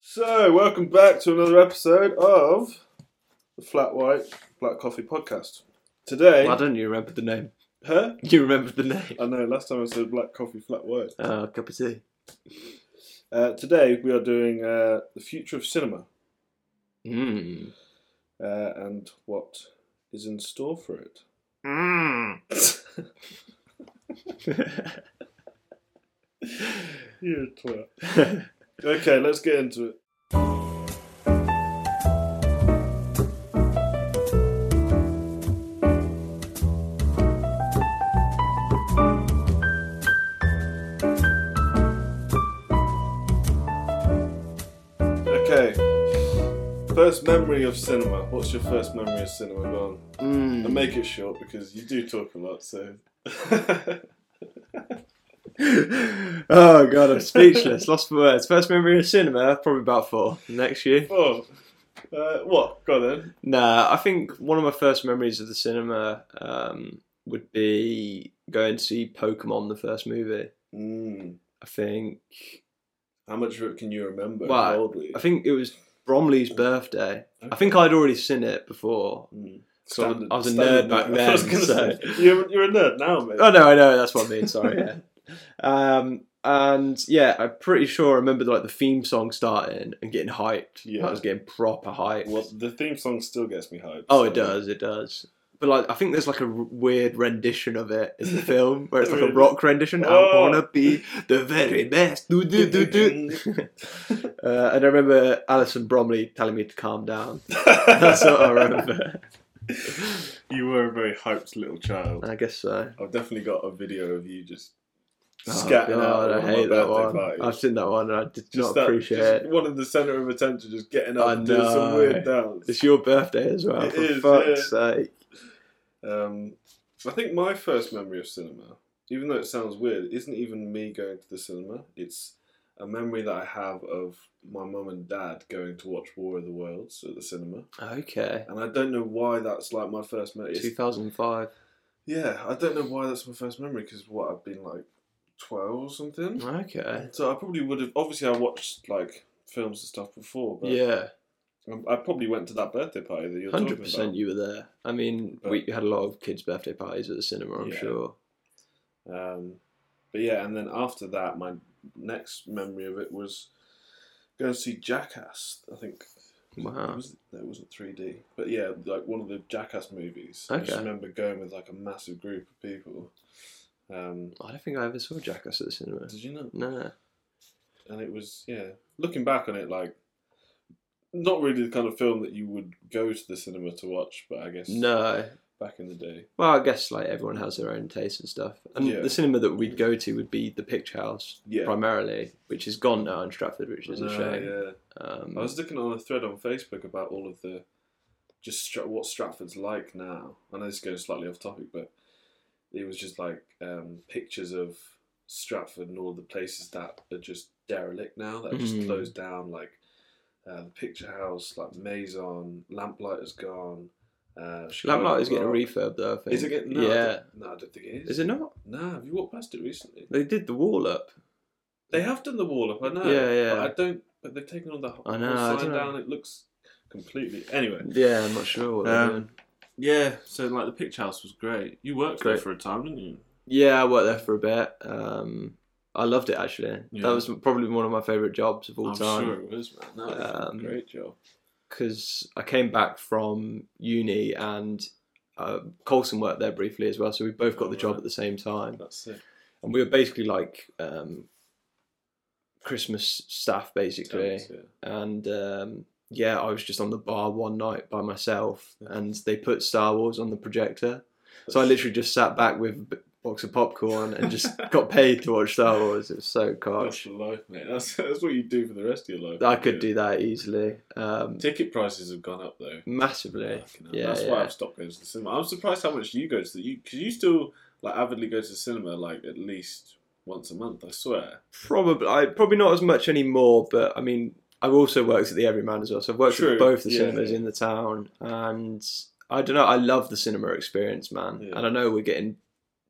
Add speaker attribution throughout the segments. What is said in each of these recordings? Speaker 1: So, welcome back to another episode of the Flat White Black Coffee Podcast. Today,
Speaker 2: Why don't you remember the name?
Speaker 1: huh?
Speaker 2: You remember the name.
Speaker 1: I know. Last time I said black coffee, flat white.
Speaker 2: Oh, cup of tea.
Speaker 1: Uh, today we are doing uh, the future of cinema
Speaker 2: Mmm.
Speaker 1: uh, and what is in store for it.
Speaker 2: Mmm.
Speaker 1: You're a twat. Okay, let's get into it. Okay. First memory of cinema. What's your first memory of cinema? Go on. And
Speaker 2: Mmm.
Speaker 1: make it short because you do talk a lot, so.
Speaker 2: oh god, I'm speechless, lost for words. First memory of cinema, probably about four. Next year.
Speaker 1: oh. Uh, what? Go on then.
Speaker 2: Nah, I think one of my first memories of the cinema um, would be going to see Pokemon, the first movie.
Speaker 1: Mm.
Speaker 2: I think
Speaker 1: How much of it can you remember?
Speaker 2: Well,
Speaker 1: How old were you?
Speaker 2: I think it was Bromley's birthday. I think I'd already seen it before.
Speaker 1: Mm.
Speaker 2: So I was- I was a
Speaker 1: Standard-
Speaker 2: nerd back
Speaker 1: I was
Speaker 2: then,
Speaker 1: gonna
Speaker 2: so-
Speaker 1: say, you're, you're a nerd now, mate.
Speaker 2: Oh no, I know that's what I mean. Sorry. Yeah. um, and yeah, I'm pretty sure I remember like the theme song starting and getting hyped.
Speaker 1: Yeah.
Speaker 2: I was getting proper hyped.
Speaker 1: Well, the theme song still gets me hyped. so-
Speaker 2: oh, it does. It does. But like, I think there's like a r- weird rendition of it in the film where it's like a
Speaker 1: Really?
Speaker 2: rock rendition.
Speaker 1: Oh.
Speaker 2: I wanna be the very best. Do, do, do, do. Uh, and I remember Alison Bromley telling me to calm down. That's what I remember.
Speaker 1: you were a very hyped little child.
Speaker 2: I guess so.
Speaker 1: I've definitely got a video of you just
Speaker 2: Oh,
Speaker 1: scatting out
Speaker 2: God, I
Speaker 1: on my
Speaker 2: hate that
Speaker 1: birthday
Speaker 2: one.
Speaker 1: party.
Speaker 2: I've seen that one and I did
Speaker 1: Just
Speaker 2: not
Speaker 1: that-
Speaker 2: appreciate
Speaker 1: just
Speaker 2: it.
Speaker 1: One in the centre of attention, just getting
Speaker 2: I
Speaker 1: up and doing some
Speaker 2: know.
Speaker 1: weird dance.
Speaker 2: It's your birthday as well.
Speaker 1: It
Speaker 2: for
Speaker 1: is,
Speaker 2: fuck's sake.
Speaker 1: Um, I think my first memory of cinema, even though it sounds weird, it isn't even me going to the cinema. It's a memory that I have of my mum and dad going to watch War of the Worlds at the cinema,
Speaker 2: Okay.
Speaker 1: and I don't know why that's like my first memory. It's-
Speaker 2: 2005.
Speaker 1: yeah, I don't know why that's my first memory because what I've been like twelve or something.
Speaker 2: Okay.
Speaker 1: So I probably would have. Obviously, I watched like films and stuff before, but
Speaker 2: Yeah,
Speaker 1: I probably went to that birthday party that you're talking
Speaker 2: hundred
Speaker 1: about.
Speaker 2: percent. You were there. I mean,
Speaker 1: But-
Speaker 2: we had a lot of kids' birthday parties at the cinema. I'm
Speaker 1: Yeah.
Speaker 2: sure.
Speaker 1: Um, but yeah, and then after that, my next memory of it was going to see Jackass. I think it,
Speaker 2: Wow.
Speaker 1: was, no, it wasn't 3D, but yeah, like one of the Jackass movies. I just
Speaker 2: Okay.
Speaker 1: remember going with like a massive group of people. Um,
Speaker 2: I don't think I ever saw Jackass at the cinema.
Speaker 1: did you know?
Speaker 2: No.
Speaker 1: And it was yeah. Looking back on it, like not really the kind of film that you would go to the cinema to watch, but I guess
Speaker 2: No.
Speaker 1: back in the day.
Speaker 2: Well, I guess like everyone has their own taste and stuff. And
Speaker 1: Yeah.
Speaker 2: the cinema that we'd go to would be the Picture House
Speaker 1: Yeah.
Speaker 2: primarily, which is gone now in Stratford, which is a
Speaker 1: No,
Speaker 2: shame.
Speaker 1: yeah.
Speaker 2: Um,
Speaker 1: I was looking on a thread on Facebook about all of the just stra- what Stratford's like now. I know this goes slightly off topic, but it was just like um, pictures of Stratford and all the places that are just derelict now that have just
Speaker 2: Mhm.
Speaker 1: closed down, like uh, the Picture House, like Maison, Lamplighter's gone. Uh, Chicago
Speaker 2: Lamplight is getting a
Speaker 1: Rock.
Speaker 2: refurb though. I think.
Speaker 1: Is it getting? No, I
Speaker 2: yeah.
Speaker 1: don't- no, I don't think it is.
Speaker 2: Is it not?
Speaker 1: No, have you walked past it recently?
Speaker 2: They did the wall up.
Speaker 1: They have done the wall up, I know.
Speaker 2: Yeah, yeah.
Speaker 1: But I don't. But they've taken all the whole
Speaker 2: I know, I
Speaker 1: sign
Speaker 2: don't know.
Speaker 1: down. It looks completely. Anyway.
Speaker 2: Yeah, I'm not sure what they're
Speaker 1: Um,
Speaker 2: doing.
Speaker 1: Yeah. So like the picture house was great. You worked
Speaker 2: there
Speaker 1: there
Speaker 2: Great.
Speaker 1: for a time, didn't you?
Speaker 2: Yeah, I worked there for a bit. Um, I loved it actually.
Speaker 1: Yeah.
Speaker 2: That was probably one of my favourite jobs of all
Speaker 1: I'm
Speaker 2: time
Speaker 1: sure it was, man. That was a
Speaker 2: Um,
Speaker 1: great job.
Speaker 2: because I came back from uni and uh, Colson worked there briefly as well. So we both got the job
Speaker 1: Alright.
Speaker 2: at the same time,
Speaker 1: That's it.
Speaker 2: and we were basically like um, Christmas staff, basically.
Speaker 1: Thanks, yeah.
Speaker 2: and um, yeah, I was just on the bar one night by myself, and they put Star Wars on the projector. So I literally just sat back with a b- box of popcorn and just got paid to watch Star Wars. It was so
Speaker 1: That's
Speaker 2: cosh.
Speaker 1: your life, mate. That's that's what you do for the rest of your life.
Speaker 2: I could
Speaker 1: Yeah.
Speaker 2: do that easily, um,
Speaker 1: Ticket prices have gone up though.
Speaker 2: massively.
Speaker 1: Fucking hell.
Speaker 2: Yeah,
Speaker 1: that's
Speaker 2: yeah.
Speaker 1: why I've stopped going to the cinema. I'm surprised how much you go to the you because you still like avidly go to the cinema like at least once a month. I swear.
Speaker 2: Probably, I, probably not as much anymore. But I mean, I've also worked at the Everyman as well, so I've worked
Speaker 1: True,
Speaker 2: at both the
Speaker 1: yeah.
Speaker 2: cinemas in the town, and I don't know. I love the cinema experience, man,
Speaker 1: Yeah.
Speaker 2: and I know we're getting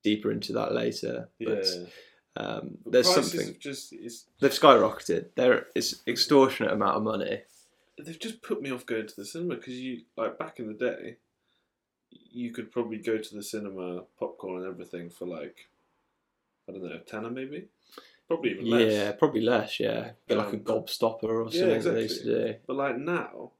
Speaker 2: deeper into that later, but.
Speaker 1: yeah.
Speaker 2: Um, there's
Speaker 1: prices
Speaker 2: something
Speaker 1: have Just it's,
Speaker 2: they've skyrocketed. They're it's extortionate amount of money.
Speaker 1: they've just put me off going to the cinema because you like back in the day, you could probably go to the cinema, popcorn and everything for like, I don't know, a tenner maybe, probably even less.
Speaker 2: Yeah, probably less. Yeah, Get like a
Speaker 1: Um,
Speaker 2: gobstopper or
Speaker 1: yeah,
Speaker 2: something they used to do.
Speaker 1: But like now,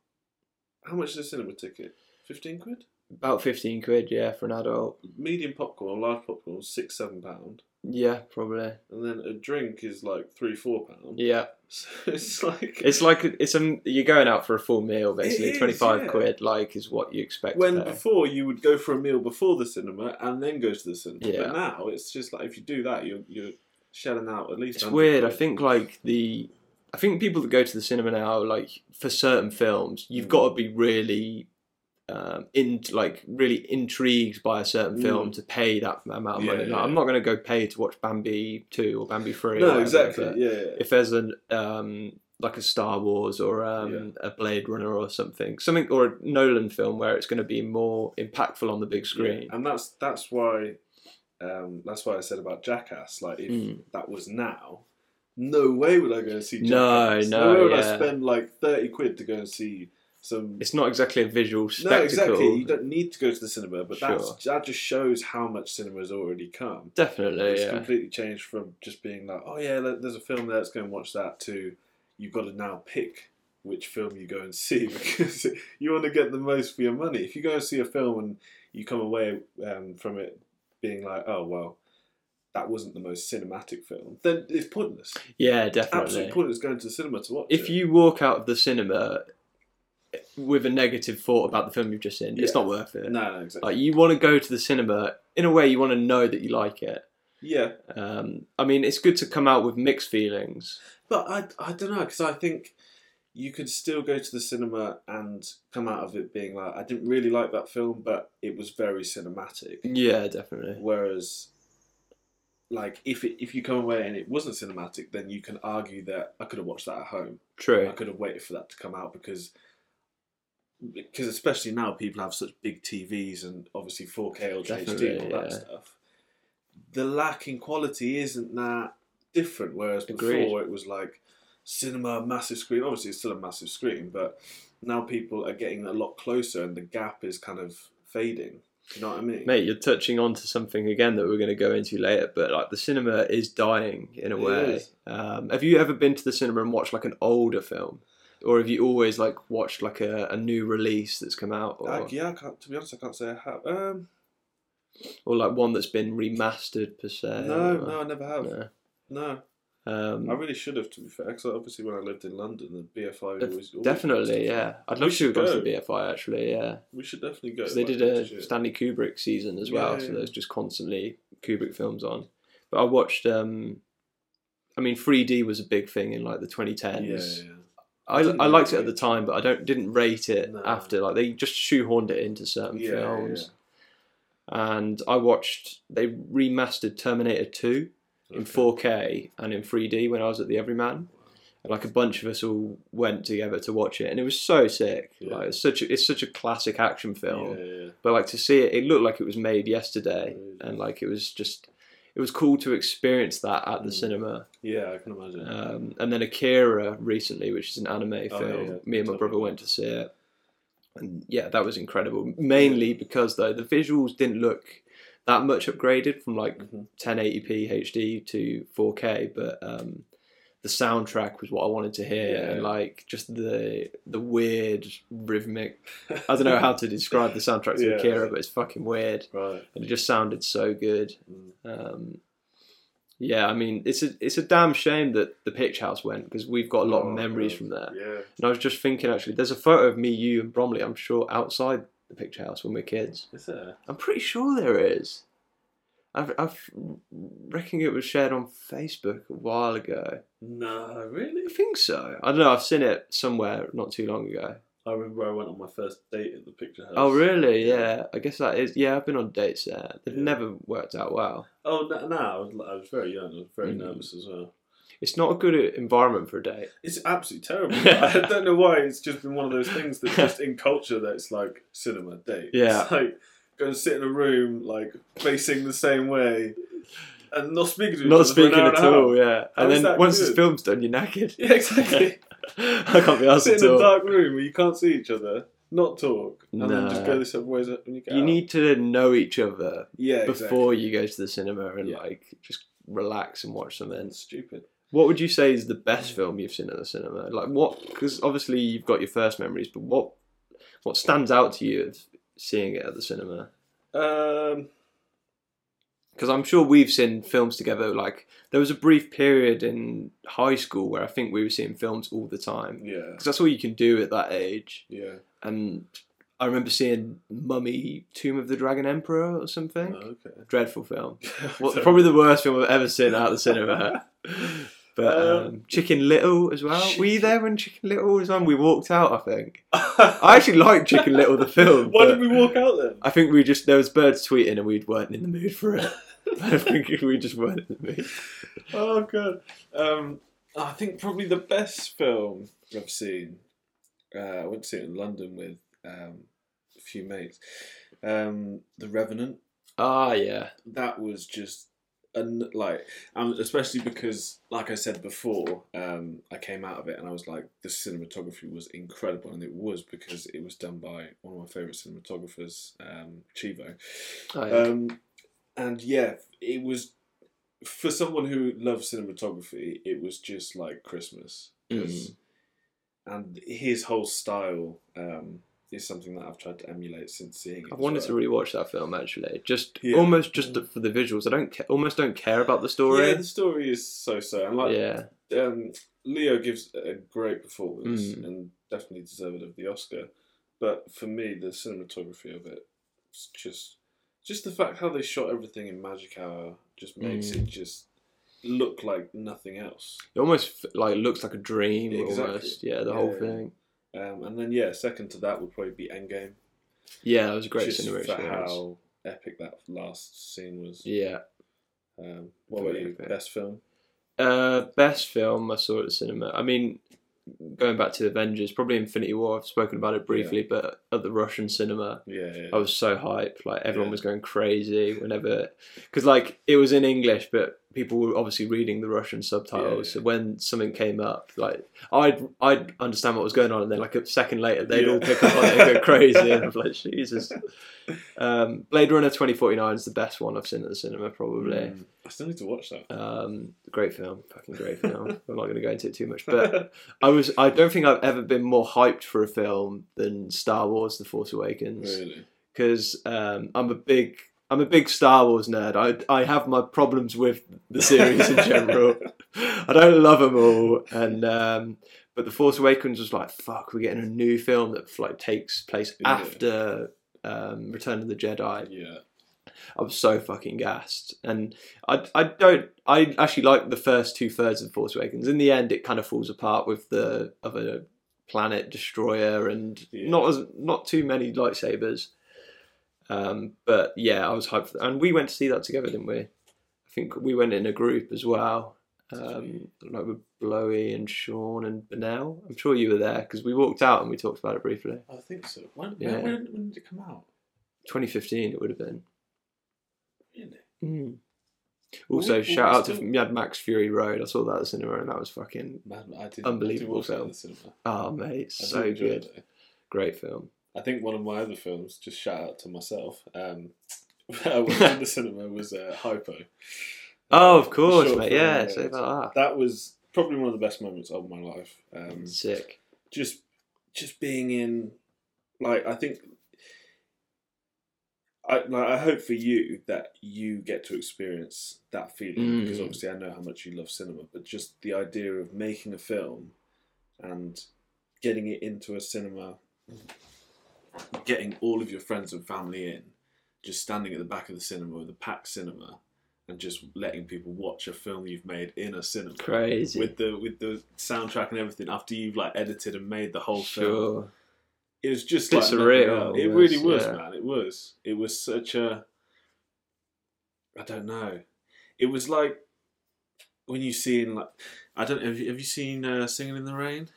Speaker 1: how much is a cinema ticket? Fifteen quid.
Speaker 2: About fifteen quid. Yeah, for an adult.
Speaker 1: Medium popcorn, large popcorn, six seven pound,
Speaker 2: Yeah, probably.
Speaker 1: and then a drink is like three four pound.
Speaker 2: Yeah,
Speaker 1: So it's like
Speaker 2: it's like it's um you're going out for a full meal
Speaker 1: It
Speaker 2: basically.
Speaker 1: is,
Speaker 2: Twenty five
Speaker 1: yeah.
Speaker 2: quid like is what you expect. to
Speaker 1: when
Speaker 2: pay.
Speaker 1: before you would go for a meal before the cinema and then go to the cinema.
Speaker 2: Yeah.
Speaker 1: But now it's just like if you do that, you're you're shelling out at least.
Speaker 2: It's
Speaker 1: 100
Speaker 2: weird. I
Speaker 1: quid.
Speaker 2: think like the, I think people that go to the cinema now, like for certain films,
Speaker 1: Mm.
Speaker 2: you've got to be really, um, in like really intrigued by a certain
Speaker 1: Mm.
Speaker 2: film to pay that amount of
Speaker 1: Yeah,
Speaker 2: money. Like,
Speaker 1: yeah.
Speaker 2: I'm not going to go pay to watch Bambi two or Bambi three.
Speaker 1: No,
Speaker 2: or whatever,
Speaker 1: exactly.
Speaker 2: but
Speaker 1: Yeah, yeah.
Speaker 2: If there's an um like a Star Wars or um a Blade Runner or something, something or a Nolan film where it's going to be more impactful on the big screen.
Speaker 1: Yeah, And that's that's why um, that's why I said about Jackass. Like if
Speaker 2: Mm.
Speaker 1: that was now, no way would I go and see
Speaker 2: No,
Speaker 1: Jackass.
Speaker 2: no,
Speaker 1: way would I
Speaker 2: yeah.
Speaker 1: spend like thirty quid to go and see some.
Speaker 2: It's not exactly a visual spectacle.
Speaker 1: No, exactly. You don't need to go to the cinema, but that's,
Speaker 2: Sure.
Speaker 1: that just shows how much cinema has already come.
Speaker 2: Definitely,
Speaker 1: It's
Speaker 2: yeah.
Speaker 1: completely changed from just being like, oh yeah, there- there's a film there, let's go and watch that. To you've got to now pick which film you go and see because you want to get the most for your money. If you go and see a film and you come away um, from it being like, oh well, that wasn't the most cinematic film, then it's pointless.
Speaker 2: Yeah, definitely.
Speaker 1: Absolute pointless going to the cinema to watch.
Speaker 2: if
Speaker 1: it.
Speaker 2: you walk out of the cinema with a negative thought about the film you've just seen, it's
Speaker 1: Yeah.
Speaker 2: not worth it.
Speaker 1: no, no, exactly,
Speaker 2: Like you want to go to the cinema in a way you want to know that you like it.
Speaker 1: yeah.
Speaker 2: Um, I mean, it's good to come out with mixed feelings.
Speaker 1: But I, I don't know because I think you could still go to the cinema and come out of it being like, I didn't really like that film, but it was very cinematic.
Speaker 2: Yeah, definitely.
Speaker 1: Whereas, like if it, if you come away and it wasn't cinematic, then you can argue that I could have watched that at home. I
Speaker 2: True.
Speaker 1: could have waited for that to come out because. Because especially now, people have such big TVs and obviously 4K Ultra HD and all
Speaker 2: Definitely,
Speaker 1: that
Speaker 2: yeah.
Speaker 1: stuff. The lack in quality isn't that different. Whereas
Speaker 2: Agreed.
Speaker 1: before, it was like cinema, massive screen. Obviously, it's still a massive screen, but now people are getting a lot closer, and the gap is kind of fading. Do you know what I mean?
Speaker 2: Mate, you're touching on to something again that we're going to go into later, but like the cinema is dying in a
Speaker 1: It
Speaker 2: way.
Speaker 1: is.
Speaker 2: Um, have you ever been to the cinema and watched like an older film, or have you always like watched like a, a new release that's come out, or,
Speaker 1: I, yeah, I can't, to be honest, I can't say I have. Um,
Speaker 2: or like one that's been remastered per se?
Speaker 1: no,
Speaker 2: or-
Speaker 1: no, I never have.
Speaker 2: Uh, No.
Speaker 1: No, I
Speaker 2: Um,
Speaker 1: really should have, to be fair, because obviously when I lived in London, the BFI always, always
Speaker 2: definitely, yeah. I'd love to have
Speaker 1: should
Speaker 2: gone to
Speaker 1: go.
Speaker 2: the BFI actually, yeah,
Speaker 1: We should definitely go.
Speaker 2: because they
Speaker 1: like,
Speaker 2: did uh, a
Speaker 1: shit.
Speaker 2: Stanley Kubrick season as well,
Speaker 1: Yeah,
Speaker 2: so
Speaker 1: yeah.
Speaker 2: there's just constantly Kubrick films on. But I watched, um, I mean, 3D was a big thing in like the 2010s.
Speaker 1: Yeah, yeah,
Speaker 2: I,
Speaker 1: Didn't
Speaker 2: I
Speaker 1: really
Speaker 2: liked it at
Speaker 1: rate
Speaker 2: the time, but I don't didn't rate it
Speaker 1: No.
Speaker 2: after. Like they just shoehorned it into certain
Speaker 1: Yeah, yeah,
Speaker 2: um, films. And I watched they remastered Terminator Two
Speaker 1: yeah.
Speaker 2: in
Speaker 1: Okay.
Speaker 2: 4K and in 3D when I was at the Everyman. And like a bunch of us all went together to watch it, and it was so sick.
Speaker 1: Yeah.
Speaker 2: Like it's such a, it's such a classic action film.
Speaker 1: Yeah, yeah, yeah.
Speaker 2: But like to see it, it looked like it was made yesterday,
Speaker 1: Amazing.
Speaker 2: and like it was just it was cool to experience that at the
Speaker 1: Mm.
Speaker 2: cinema.
Speaker 1: Yeah, I can imagine.
Speaker 2: Um, and then Akira recently, which is an anime
Speaker 1: Oh,
Speaker 2: film.
Speaker 1: yeah, yeah.
Speaker 2: Me and my
Speaker 1: Totally.
Speaker 2: brother went to see it, and yeah, that was incredible. Mainly because though the visuals didn't look that much upgraded from like
Speaker 1: Mhm.
Speaker 2: 1080p HD to 4K, but um, the soundtrack was what I wanted to hear,
Speaker 1: Yeah.
Speaker 2: and like just the the weird rhythmic. I don't know how to describe the soundtrack to
Speaker 1: Yeah.
Speaker 2: Akira, but it's fucking weird,
Speaker 1: Right.
Speaker 2: and it just sounded so good.
Speaker 1: Mm.
Speaker 2: Um, yeah, I mean, it's a it's a damn shame that the Pitch House went because we've got a lot
Speaker 1: Oh,
Speaker 2: of memories
Speaker 1: God.
Speaker 2: from there.
Speaker 1: Yeah.
Speaker 2: And I was just thinking, actually, there's a photo of me, you, and Bromley. I'm sure outside the Pitch House when we're kids.
Speaker 1: Is there?
Speaker 2: I'm pretty sure there is. I I reckon it was shared on Facebook a while ago.
Speaker 1: No,
Speaker 2: I
Speaker 1: really?
Speaker 2: think so. I don't know. I've seen it somewhere not too long ago.
Speaker 1: I remember I went on my first date at the picture house.
Speaker 2: Oh, really? Yeah. I guess that is. Yeah, I've been on dates there. They've
Speaker 1: Yeah.
Speaker 2: never worked out well.
Speaker 1: Oh, no, no I, was, I was very young. I was very
Speaker 2: Mm.
Speaker 1: nervous as well.
Speaker 2: It's not a good environment for a date.
Speaker 1: It's absolutely terrible. I don't know why. It's just been one of those things that's just in culture that it's like cinema date.
Speaker 2: Yeah.
Speaker 1: It's like go and sit in a room, like facing the same way. and not speaking to each
Speaker 2: Not
Speaker 1: other for an
Speaker 2: speaking
Speaker 1: hour and
Speaker 2: at
Speaker 1: a half.
Speaker 2: all, yeah.
Speaker 1: How
Speaker 2: And
Speaker 1: is
Speaker 2: then
Speaker 1: that
Speaker 2: once
Speaker 1: good?
Speaker 2: this film's done, you're knackered.
Speaker 1: Yeah, exactly.
Speaker 2: I can't be asked
Speaker 1: Sit
Speaker 2: at
Speaker 1: in a
Speaker 2: all.
Speaker 1: dark room where you can't see each other, not talk, and then just
Speaker 2: No.
Speaker 1: go this other way when you get
Speaker 2: You
Speaker 1: out.
Speaker 2: need to know each other
Speaker 1: yeah,
Speaker 2: before you go to the cinema and
Speaker 1: Yeah.
Speaker 2: like just relax and watch something.
Speaker 1: Exactly. Stupid.
Speaker 2: What would you say is the
Speaker 1: Mm.
Speaker 2: best film you've seen at the cinema? Like what? Because obviously you've got your first memories, but what what stands out to you of seeing it at the cinema?
Speaker 1: Um,
Speaker 2: Because I'm sure we've seen films together. Like there was a brief period in high school where I think we were seeing films all the time.
Speaker 1: yeah,
Speaker 2: Because that's all you can do at that age.
Speaker 1: yeah.
Speaker 2: And I remember seeing Mummy, Tomb of the Dragon Emperor, or something.
Speaker 1: Oh, okay.
Speaker 2: Dreadful film. Well,
Speaker 1: Sorry.
Speaker 2: probably the worst film I've ever seen out of the cinema. But um,
Speaker 1: Um,
Speaker 2: Chicken Little as well. Were you
Speaker 1: Chicken-
Speaker 2: there when Chicken Little was on? We walked out, I think. I actually liked Chicken Little the film.
Speaker 1: Why
Speaker 2: but
Speaker 1: did we walk out then?
Speaker 2: I think we just there was birds tweeting and we weren't in the mood for it. I think we just weren't in the mood.
Speaker 1: Oh god. Um, I think probably the best film I've seen. Uh, I went to see it in London with um, a few mates. Um, the Revenant.
Speaker 2: Ah, yeah,
Speaker 1: that was just un- like um, especially because like i said before um, i came out of it and i was like the cinematography was incredible and it was because it was done by one of my favorite cinematographers um, chivo
Speaker 2: Oh, yeah.
Speaker 1: um, and yeah it was for someone who loves cinematography it was just like christmas
Speaker 2: Mm.
Speaker 1: 'Cause- and his whole style um, is something that i've tried to emulate since seeing it
Speaker 2: I
Speaker 1: as
Speaker 2: wanted
Speaker 1: well.
Speaker 2: to rewatch that film actually. Just
Speaker 1: Yeah.
Speaker 2: almost just for the visuals. I don't ca- almost don't care about the
Speaker 1: yeah,
Speaker 2: story.
Speaker 1: the story is so so, and like
Speaker 2: yeah.
Speaker 1: um, Leo gives a great performance
Speaker 2: Mm.
Speaker 1: and definitely deserved of the Oscar. But for me, the cinematography of it, it's just just the fact how they shot everything in magic hour just makes
Speaker 2: Mm.
Speaker 1: it just look like nothing else.
Speaker 2: It almost like looks like a dream
Speaker 1: Exactly.
Speaker 2: almost. Yeah, the whole
Speaker 1: Yeah.
Speaker 2: thing.
Speaker 1: Um, and then yeah, second to that would probably be Endgame.
Speaker 2: Yeah, that was a great
Speaker 1: just
Speaker 2: cinema
Speaker 1: for
Speaker 2: experience.
Speaker 1: how epic that last scene was.
Speaker 2: Yeah.
Speaker 1: Um, what about
Speaker 2: Very
Speaker 1: you?
Speaker 2: epic.
Speaker 1: Best film?
Speaker 2: Uh, best film I saw at the cinema. I mean, going back to Avengers, probably Infinity War. I've spoken about it briefly, but at the Russian cinema,
Speaker 1: Yeah, yeah.
Speaker 2: I was so hyped. Like everyone
Speaker 1: Yeah.
Speaker 2: was going crazy whenever, because like it was in English, but people were obviously reading the Russian subtitles.
Speaker 1: yeah.
Speaker 2: So when something came up, like I'd I'd understand what was going on, and then like a second later, they'd
Speaker 1: Yeah.
Speaker 2: all pick up on it and go crazy. and I'm like, Jesus. Um, Blade Runner 2049 is the best one I've seen at the cinema, probably.
Speaker 1: Mm. I still need to watch that.
Speaker 2: Um, great film, fucking great film. I'm not going to go into it too much, but I was I don't think I've ever been more hyped for a film than Star Wars: The Force Awakens
Speaker 1: really,
Speaker 2: because um, I'm a big I'm a big Star Wars nerd. I I have my problems with the series in general. I don't love them all, and um, but The Force Awakens was like fuck. We're getting a new film that like takes place
Speaker 1: Yeah.
Speaker 2: after um, Return of the Jedi.
Speaker 1: yeah,
Speaker 2: I was so fucking gassed, and I I don't I actually like the first two thirds of Force Awakens. In the end, it kind of falls apart with the other planet destroyer and
Speaker 1: Yeah.
Speaker 2: not as not too many lightsabers. Um, but yeah, I was hyped, for that. and we went to see that together, didn't we? I think we went in a group as well, um, like with Blowy and Sean and Benel. I'm sure you were there because we walked out and we talked about it briefly.
Speaker 1: I think so. When,
Speaker 2: Yeah.
Speaker 1: when, when, when did it come out?
Speaker 2: 2015, it would have been.
Speaker 1: Really?
Speaker 2: Also,
Speaker 1: Well, we-
Speaker 2: shout
Speaker 1: we
Speaker 2: out to
Speaker 1: still-
Speaker 2: Mad Max Fury Road. I saw that at the cinema and that was fucking
Speaker 1: Mad I did,
Speaker 2: Unbelievable
Speaker 1: I did watch that
Speaker 2: film.
Speaker 1: in the cinema.
Speaker 2: oh mate,
Speaker 1: I
Speaker 2: so
Speaker 1: did enjoy
Speaker 2: good,
Speaker 1: it.
Speaker 2: great film.
Speaker 1: I think one of my other films, just shout out to myself, um, I watched in the cinema was uh, Hypo.
Speaker 2: Oh, of course,
Speaker 1: short
Speaker 2: mate.
Speaker 1: film,
Speaker 2: Yeah,
Speaker 1: yeah,
Speaker 2: say
Speaker 1: it's-
Speaker 2: about
Speaker 1: That was probably one of the best moments of my life. Um,
Speaker 2: that. Sick.
Speaker 1: just, just being in, like I think, I like, I hope for you that you get to experience that feeling
Speaker 2: Mm.
Speaker 1: because obviously I know how much you love cinema, but just the idea of making a film and getting it into a cinema, getting all of your friends and family in, just standing at the back of the cinema with a packed cinema, and just letting people watch a film you've made in a cinema
Speaker 2: Crazy.
Speaker 1: with the with the soundtrack and everything after you've like edited and made the whole film.
Speaker 2: sure.
Speaker 1: It was just
Speaker 2: Bit
Speaker 1: like nothing
Speaker 2: surreal,
Speaker 1: else. It
Speaker 2: yes,
Speaker 1: really was,
Speaker 2: yeah.
Speaker 1: man. It was. It was such a. I don't know. It was like when you see in like I don't have you, have you seen uh, Singing in the Rain?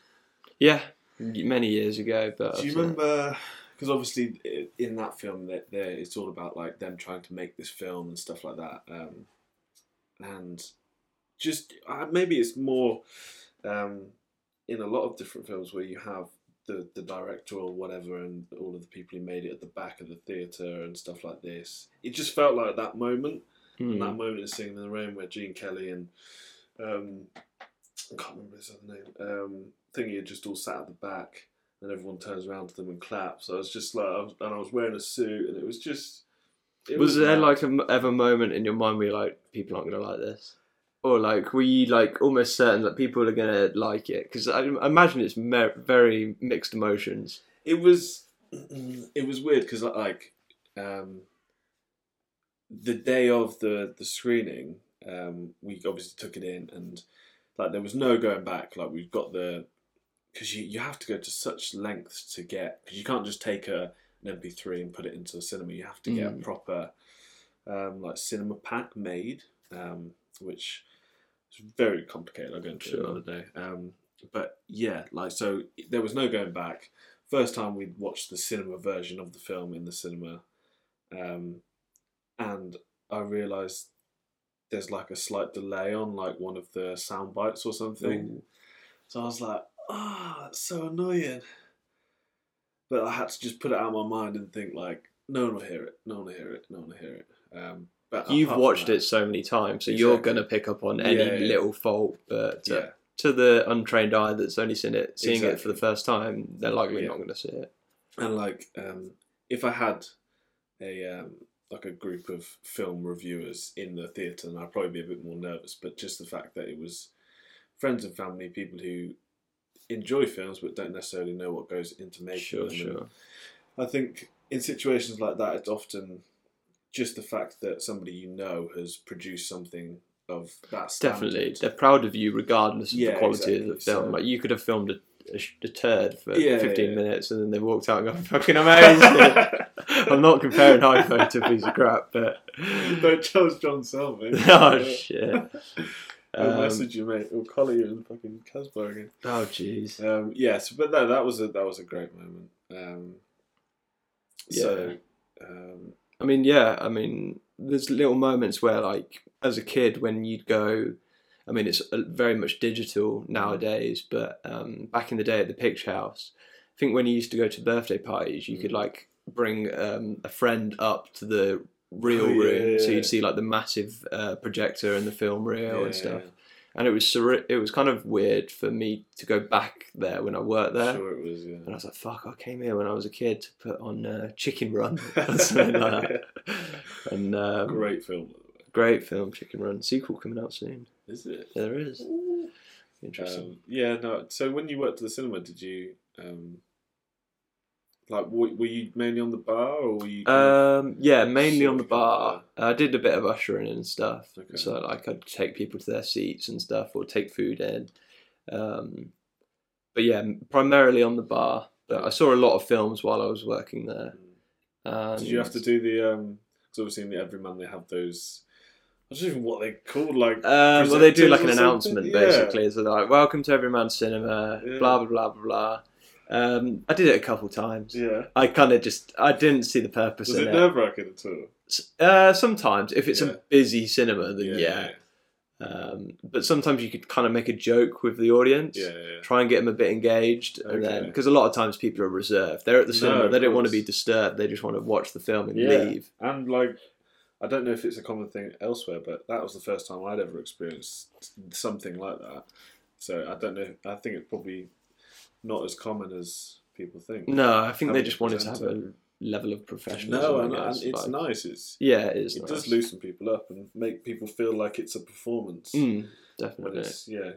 Speaker 2: Yeah, many years ago, but
Speaker 1: Do you remember? Because obviously, i- in that film, that there it's all about like them trying to make this film and stuff like that. Um, and just uh, maybe it's more um, in a lot of different films where you have the, the director or whatever and all of the people who made it at the back of the theatre and stuff like this. It just felt like that moment,
Speaker 2: Hmm.
Speaker 1: and that moment in Singing in the Rain where Gene Kelly and um, I can't remember his other name, um, thingy had just all sat at the back and everyone turns around to them and claps. I was just like, I was, and I was wearing a suit and it was just. it
Speaker 2: was
Speaker 1: mad.
Speaker 2: there like a m ever a moment in your mind where you're like, people aren't gonna like this, or like were you like almost certain that people are gonna like it? Because I I imagine it's mer- very mixed emotions.
Speaker 1: it was it was weird because like um, the day of the the screening um, we obviously took it in and like there was no going back like we've got the because you, you have to go to such lengths to get because you can't just take a an mp3 and put it into a cinema you have to get a
Speaker 2: Mm.
Speaker 1: proper um, like cinema pack made um, which is very complicated i'll go into it
Speaker 2: Sure.
Speaker 1: another day um, but yeah like so there was no going back first time we'd watched the cinema version of the film in the cinema, um, and I realised there's like a slight delay on like one of the sound bites or something. So I was like, ah, that's so annoying. But I had to just put it out of my mind and think like, no one will hear it, no one will hear it, no one will hear it. Um, but
Speaker 2: You've
Speaker 1: apart from
Speaker 2: watched
Speaker 1: that-
Speaker 2: it so many times, so you're
Speaker 1: Exactly.
Speaker 2: gonna pick up on any
Speaker 1: Yeah, yeah.
Speaker 2: little fault. But to,
Speaker 1: yeah.
Speaker 2: to the untrained eye that's only seen it, seeing it for
Speaker 1: Exactly.
Speaker 2: the first time, they're likely
Speaker 1: Yeah.
Speaker 2: not gonna see it.
Speaker 1: and like um, if I had a um, like a group of film reviewers in the theatre, then I'd probably be a bit more nervous. But just the fact that it was friends and family, people who enjoy films but don't necessarily know what goes into making
Speaker 2: Sure,
Speaker 1: them.
Speaker 2: sure.
Speaker 1: I think in situations like that, it's often just the fact that somebody you know has produced something of that standard.
Speaker 2: Definitely, they're proud of you regardless of
Speaker 1: Yeah,
Speaker 2: the quality
Speaker 1: exactly.
Speaker 2: of the film.
Speaker 1: So-
Speaker 2: like you could have filmed a, a, sh- a turd for
Speaker 1: Yeah,
Speaker 2: fifteen
Speaker 1: yeah.
Speaker 2: minutes, and then they walked out and gone, "Fucking amazing." I'm not comparing iPhone to a piece of crap, but
Speaker 1: Don't Charles John Selby.
Speaker 2: oh shit.
Speaker 1: I'll
Speaker 2: Um,
Speaker 1: message you, mate. We'll collar you in fucking Casbah again.
Speaker 2: oh jeez.
Speaker 1: Um, yes, but no, that was a that was a great moment. Um, So, um,
Speaker 2: I mean, yeah. I mean, there's little moments where, like, as a kid, when you'd go. I mean, it's uh, very much digital nowadays, but um, back in the day at the Picture House, I think when you used to go to birthday parties, you could
Speaker 1: Mm.
Speaker 2: like bring um, a friend up to the real
Speaker 1: Oh, yeah,
Speaker 2: room,
Speaker 1: yeah,
Speaker 2: so
Speaker 1: yeah.
Speaker 2: you'd see like the massive uh, projector and the film reel
Speaker 1: yeah,
Speaker 2: and stuff. And it was surre- it was kind of weird for me to go back there when I worked there.
Speaker 1: Sure, it was. Yeah.
Speaker 2: And I was like, fuck, I came here when I was a kid to put on uh, Chicken Run or something like that. And um, great.
Speaker 1: Great film, by the way.
Speaker 2: film, Chicken Run. Sequel coming out soon.
Speaker 1: Is it?
Speaker 2: Yeah, there is.
Speaker 1: Ooh.
Speaker 2: Interesting.
Speaker 1: Um, yeah. No. So when you worked at the cinema, did you um, like were, were you mainly on the bar or were you?
Speaker 2: Um,
Speaker 1: kind of-
Speaker 2: yeah, mainly on the
Speaker 1: Sort of,
Speaker 2: bar. I did a bit of ushering and stuff.
Speaker 1: Okay.
Speaker 2: So, like, I'd take people to their seats and stuff or take food in. Um, but yeah, primarily on the bar. But I saw a lot of films while I was working there. And
Speaker 1: did you have to do the? Um, because obviously in the Everyman they have those. I don't even know what they called like.
Speaker 2: Um, well, they do like an
Speaker 1: Presenters or
Speaker 2: announcement
Speaker 1: something? Yeah.
Speaker 2: basically. So they're like, "Welcome to Every Man's Cinema,"
Speaker 1: Yeah.
Speaker 2: blah blah blah blah blah. Um, I did it a couple times.
Speaker 1: yeah.
Speaker 2: I kind of just I didn't see the purpose
Speaker 1: Was
Speaker 2: in
Speaker 1: it
Speaker 2: it.
Speaker 1: nerve wracking at all?
Speaker 2: S- Uh, sometimes if it's
Speaker 1: Yeah.
Speaker 2: a busy cinema, then yeah. Um, but sometimes you could kind of make a joke with the audience.
Speaker 1: Yeah, yeah, yeah.
Speaker 2: Try and get them a bit engaged, and then
Speaker 1: Okay.
Speaker 2: because a lot of times people are reserved. They're at the
Speaker 1: No,
Speaker 2: cinema.
Speaker 1: of
Speaker 2: they don't want to
Speaker 1: course.
Speaker 2: be disturbed. They just want to watch the film and
Speaker 1: Yeah.
Speaker 2: leave.
Speaker 1: And like, I don't know if it's a common thing elsewhere, but that was the first time I'd ever experienced something like that. So I don't know. I think it's probably not as common as people think.
Speaker 2: No, I think
Speaker 1: Have
Speaker 2: they
Speaker 1: a
Speaker 2: just wanted to have a
Speaker 1: presenter.
Speaker 2: level of professionalism.
Speaker 1: no,
Speaker 2: I
Speaker 1: and, and
Speaker 2: guess,
Speaker 1: it's
Speaker 2: like-
Speaker 1: nice. It's
Speaker 2: Yeah, it is.
Speaker 1: it
Speaker 2: nice.
Speaker 1: does loosen people up and make people feel like it's a performance.
Speaker 2: Mm,
Speaker 1: When
Speaker 2: definitely.
Speaker 1: it's yeah,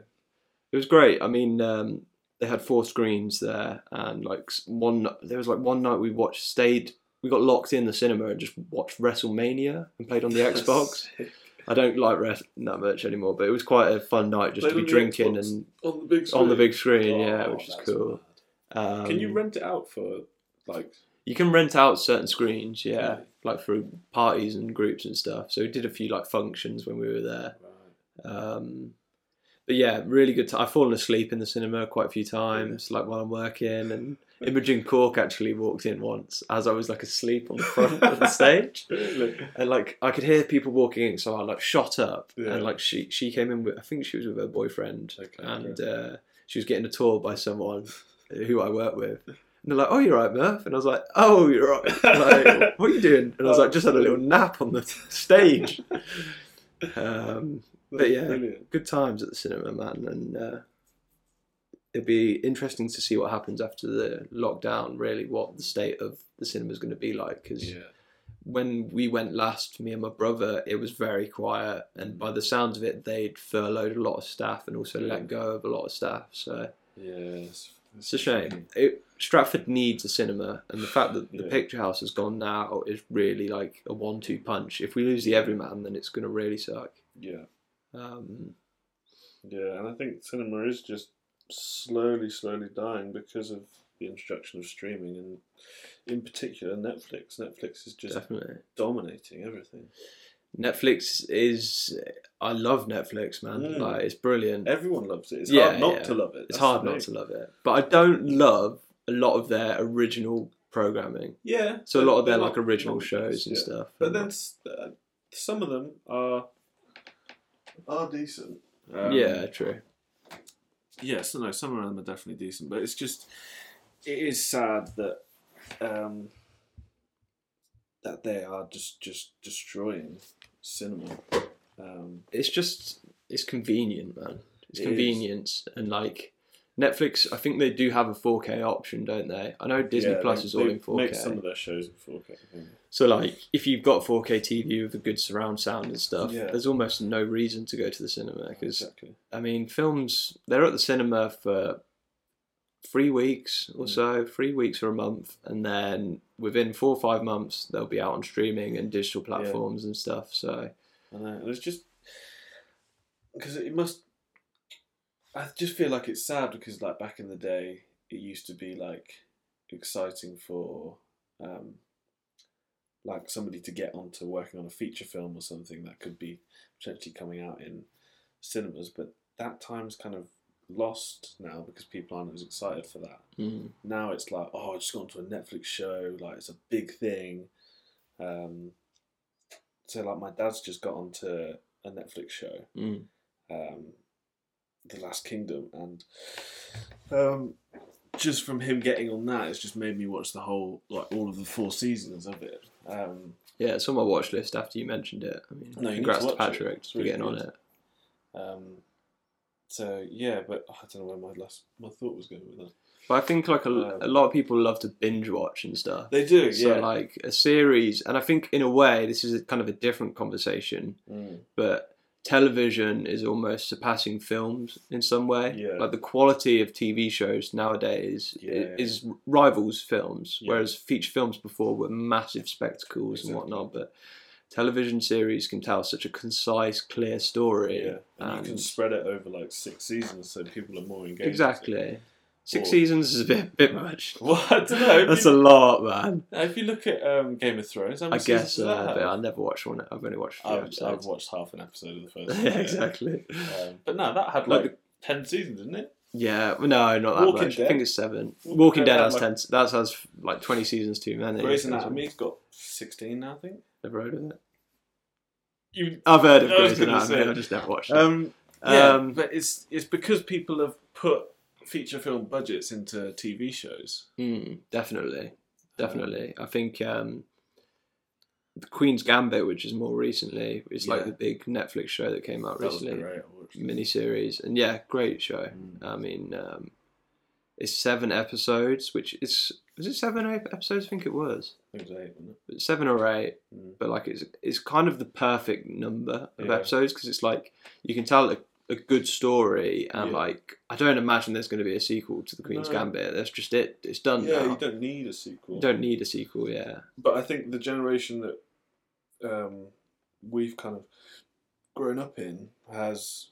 Speaker 2: It was great. I mean, um, they had four screens there, and like s- one, there was like one night we watched, stayed, we got locked in the cinema and just watched WrestleMania and played on the Xbox. I don't like wrestling that much anymore, but it was quite a fun night just
Speaker 1: Played
Speaker 2: to
Speaker 1: on
Speaker 2: be
Speaker 1: the
Speaker 2: drinking
Speaker 1: Xbox?
Speaker 2: and
Speaker 1: on the big screen.
Speaker 2: on the big screen, yeah,
Speaker 1: Oh,
Speaker 2: which is
Speaker 1: that's
Speaker 2: cool. Um,
Speaker 1: mad. Can you rent it out for like?
Speaker 2: you can rent out certain screens, yeah,
Speaker 1: Really?
Speaker 2: like for parties and groups and stuff. So we did a few like functions when we were there. Um, But yeah, really good. i I've fallen asleep in the cinema quite a few times, like while I'm working. And Imogen Cork actually walked in once as I was like asleep on the front of the stage,
Speaker 1: Really?
Speaker 2: and like I could hear people walking in, so I like shot up,
Speaker 1: Yeah.
Speaker 2: and like she she came in with I think she was with her boyfriend,
Speaker 1: Okay,
Speaker 2: and uh, she was getting a tour by someone who I work with. And they're like, "Oh, you're right, Murph," and I was like, "Oh, you're right. Like, what are you doing?" And I was like, "Just had a little nap on the stage." Um, but yeah.
Speaker 1: Brilliant.
Speaker 2: good times at the cinema, man, and uh, it'd be interesting to see what happens after the lockdown. Really, what the state of the cinema is going to be like? Because
Speaker 1: Yeah.
Speaker 2: when we went last, me and my brother, it was very quiet, and by the sounds of it, they'd furloughed a lot of staff and also let go of a lot of staff. So
Speaker 1: Yes.
Speaker 2: it's a shame. It, Stratford needs a cinema, and the fact that the
Speaker 1: Yeah.
Speaker 2: Picture House has gone now is really like a one-two punch. If we lose the Everyman, then it's going to really suck.
Speaker 1: Yeah.
Speaker 2: Um,
Speaker 1: Yeah, and I think cinema is just slowly, slowly dying because of the introduction of streaming and, in particular, Netflix. Netflix is just
Speaker 2: definitely.
Speaker 1: dominating everything.
Speaker 2: Netflix is. I love Netflix, man.
Speaker 1: Mm.
Speaker 2: Like it's brilliant.
Speaker 1: Everyone loves it. It's
Speaker 2: Yeah,
Speaker 1: hard not
Speaker 2: yeah.
Speaker 1: to love it.
Speaker 2: it's hard not to love it, but I don't love a lot of their original programming.
Speaker 1: Yeah.
Speaker 2: So a lot of
Speaker 1: they're
Speaker 2: their like
Speaker 1: not-
Speaker 2: original
Speaker 1: not the
Speaker 2: shows
Speaker 1: best,
Speaker 2: and
Speaker 1: yeah.
Speaker 2: stuff.
Speaker 1: But then s- uh, some of them are are decent. Um,
Speaker 2: yeah, true.
Speaker 1: Yes, no, some of them are definitely decent, but it's just it is sad that um, that they are just just destroying cinema. Um,
Speaker 2: It's just it's convenient, man. It's
Speaker 1: It is.
Speaker 2: convenience and like Netflix. I think they do have a 4K option, don't they? I know Disney
Speaker 1: yeah,
Speaker 2: Plus
Speaker 1: they-
Speaker 2: is all
Speaker 1: they
Speaker 2: in 4K.
Speaker 1: Make some of their shows in four K.
Speaker 2: So like, if you've got 4K TV with a good surround sound and stuff,
Speaker 1: Yeah.
Speaker 2: there's almost no reason to go to the cinema because
Speaker 1: Exactly.
Speaker 2: I mean, films, they're at the cinema for three weeks or
Speaker 1: Mm.
Speaker 2: so, three weeks or a month, and then within four or five months, they'll be out on streaming and digital platforms and stuff. So,
Speaker 1: I know, and it's just because it must. I just feel like it's sad because, like back in the day, it used to be like exciting for, um, like somebody to get onto working on a feature film or something that could be potentially coming out in cinemas. But that time's kind of lost now because people aren't as excited for that.
Speaker 2: mm,
Speaker 1: now it's like oh i just gone to a netflix show like it's a big thing um so like my dad's just got onto a netflix show
Speaker 2: mm.
Speaker 1: um the last kingdom and um just from him getting on that it's just made me watch the whole like all of the four seasons of it um
Speaker 2: yeah, it's on my watch list after you mentioned it. I mean,
Speaker 1: No, you need to
Speaker 2: congrats to,
Speaker 1: watch it.
Speaker 2: Patrick
Speaker 1: It's
Speaker 2: for
Speaker 1: really
Speaker 2: getting on
Speaker 1: good.
Speaker 2: it.
Speaker 1: um so yeah but i don't know where my last my thought was going with that
Speaker 2: But I think like a,
Speaker 1: Um,
Speaker 2: a lot of people love to binge watch and stuff.
Speaker 1: they do
Speaker 2: So,
Speaker 1: yeah
Speaker 2: like a series, and I think in a way, this is a kind of a different conversation
Speaker 1: Mm,
Speaker 2: but television is almost surpassing films in some way.
Speaker 1: Yeah.
Speaker 2: Like the quality of TV shows nowadays i-
Speaker 1: Yeah.
Speaker 2: is rivals films,
Speaker 1: Yeah.
Speaker 2: whereas feature films before were massive spectacles and
Speaker 1: Exactly.
Speaker 2: whatnot. But television series can tell such a concise, clear story.
Speaker 1: yeah and, you can
Speaker 2: and-
Speaker 1: spread it over like six seasons so people are more engaged with it.
Speaker 2: exactly. Six
Speaker 1: Or-
Speaker 2: seasons is a bit, bit much.
Speaker 1: Well, I don't know. If
Speaker 2: That's a
Speaker 1: you,
Speaker 2: lot, man.
Speaker 1: if you look at um, Game of Thrones, how
Speaker 2: I
Speaker 1: many
Speaker 2: guess,
Speaker 1: seasons does
Speaker 2: uh,
Speaker 1: that
Speaker 2: but I
Speaker 1: have?
Speaker 2: never watched one. I've only watched a few
Speaker 1: I've, I've
Speaker 2: episodes.
Speaker 1: watched half an episode of the first.
Speaker 2: yeah, exactly.
Speaker 1: Um, but no, that had
Speaker 2: Like
Speaker 1: like, ten seasons, didn't it?
Speaker 2: Yeah, well, no, not that
Speaker 1: Walking
Speaker 2: much. I
Speaker 1: Dead?
Speaker 2: think it's seven. Walking,
Speaker 1: Walking
Speaker 2: Dead
Speaker 1: Dead
Speaker 2: has
Speaker 1: had
Speaker 2: ten. That has like twenty seasons too many.
Speaker 1: Grey's Anatomy's got sixteen now, I think.
Speaker 2: Never heard of it.
Speaker 1: You,
Speaker 2: I've heard of
Speaker 1: I was
Speaker 2: Grey's
Speaker 1: gonna
Speaker 2: Anatomy.
Speaker 1: say.
Speaker 2: I've just never watched it.
Speaker 1: um, yeah,
Speaker 2: Um,
Speaker 1: but it's it's because people have put feature film budgets into TV shows.
Speaker 2: mm, definitely, definitely. I think um, the Queen's Gambit, which is more recently, is like
Speaker 1: Yeah.
Speaker 2: the big Netflix show that came out
Speaker 1: That was
Speaker 2: recently,
Speaker 1: great. I watched it.
Speaker 2: miniseries, and yeah, great show.
Speaker 1: Mm.
Speaker 2: I mean, um, it's seven episodes, which is was it seven or eight episodes? I think it was.
Speaker 1: I think it was eight, wasn't
Speaker 2: seven or eight,
Speaker 1: Mm.
Speaker 2: but like it's it's kind of the perfect number of
Speaker 1: Yeah.
Speaker 2: episodes because it's like you can tell a, a good story and
Speaker 1: Yeah.
Speaker 2: like I don't imagine there's going to be a sequel to the Queen's
Speaker 1: No.
Speaker 2: Gambit. That's just it. It's done
Speaker 1: it? Yeah,
Speaker 2: now.
Speaker 1: you don't need a sequel.
Speaker 2: You don't need a sequel. Yeah,
Speaker 1: but I think the generation that um, we've kind of grown up in has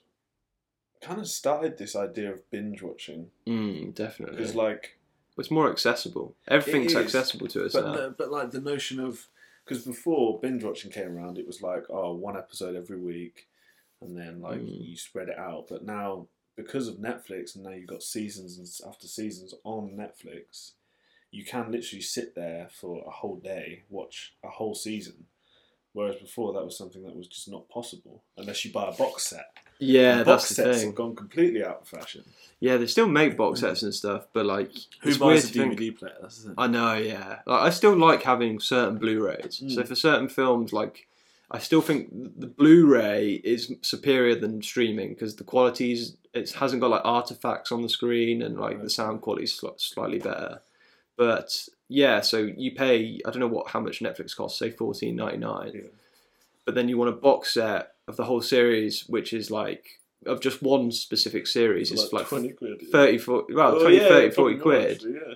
Speaker 1: kind of started this idea of binge watching
Speaker 2: mm, definitely.
Speaker 1: because, like,
Speaker 2: it's more accessible. Everything's
Speaker 1: is,
Speaker 2: accessible to us
Speaker 1: but
Speaker 2: now.
Speaker 1: no, but like the notion of because before binge watching came around, it was like oh, one episode every week, and then like
Speaker 2: Mm.
Speaker 1: you spread it out. But now because of Netflix, and now you've got seasons and s- after seasons on Netflix, you can literally sit there for a whole day, watch a whole season. Whereas before, that was something that was just not possible unless you buy a box set.
Speaker 2: Yeah,
Speaker 1: And box
Speaker 2: that's the
Speaker 1: sets
Speaker 2: thing.
Speaker 1: have gone completely out of fashion.
Speaker 2: Yeah, they still make box sets and stuff, but like
Speaker 1: Who
Speaker 2: it's weird
Speaker 1: buys a
Speaker 2: to think-
Speaker 1: DVD player? That's it.
Speaker 2: I know, yeah. Like, I still like having certain Blu-rays. So
Speaker 1: Mm.
Speaker 2: for certain films, like I still think the Blu-ray is superior than streaming because the quality's it hasn't got like artifacts on the screen and like the
Speaker 1: Right.
Speaker 2: sound quality's sli- slightly better. But yeah, so you pay I don't know what how much Netflix costs, say fourteen ninety nine,
Speaker 1: Yeah.
Speaker 2: but then you want a box set of the whole series, which is like of just one specific series. It's like,
Speaker 1: twenty quid.
Speaker 2: 30, 40, well,
Speaker 1: Oh,
Speaker 2: 20,
Speaker 1: yeah,
Speaker 2: 30,
Speaker 1: probably
Speaker 2: 40
Speaker 1: not,
Speaker 2: quid
Speaker 1: actually, yeah.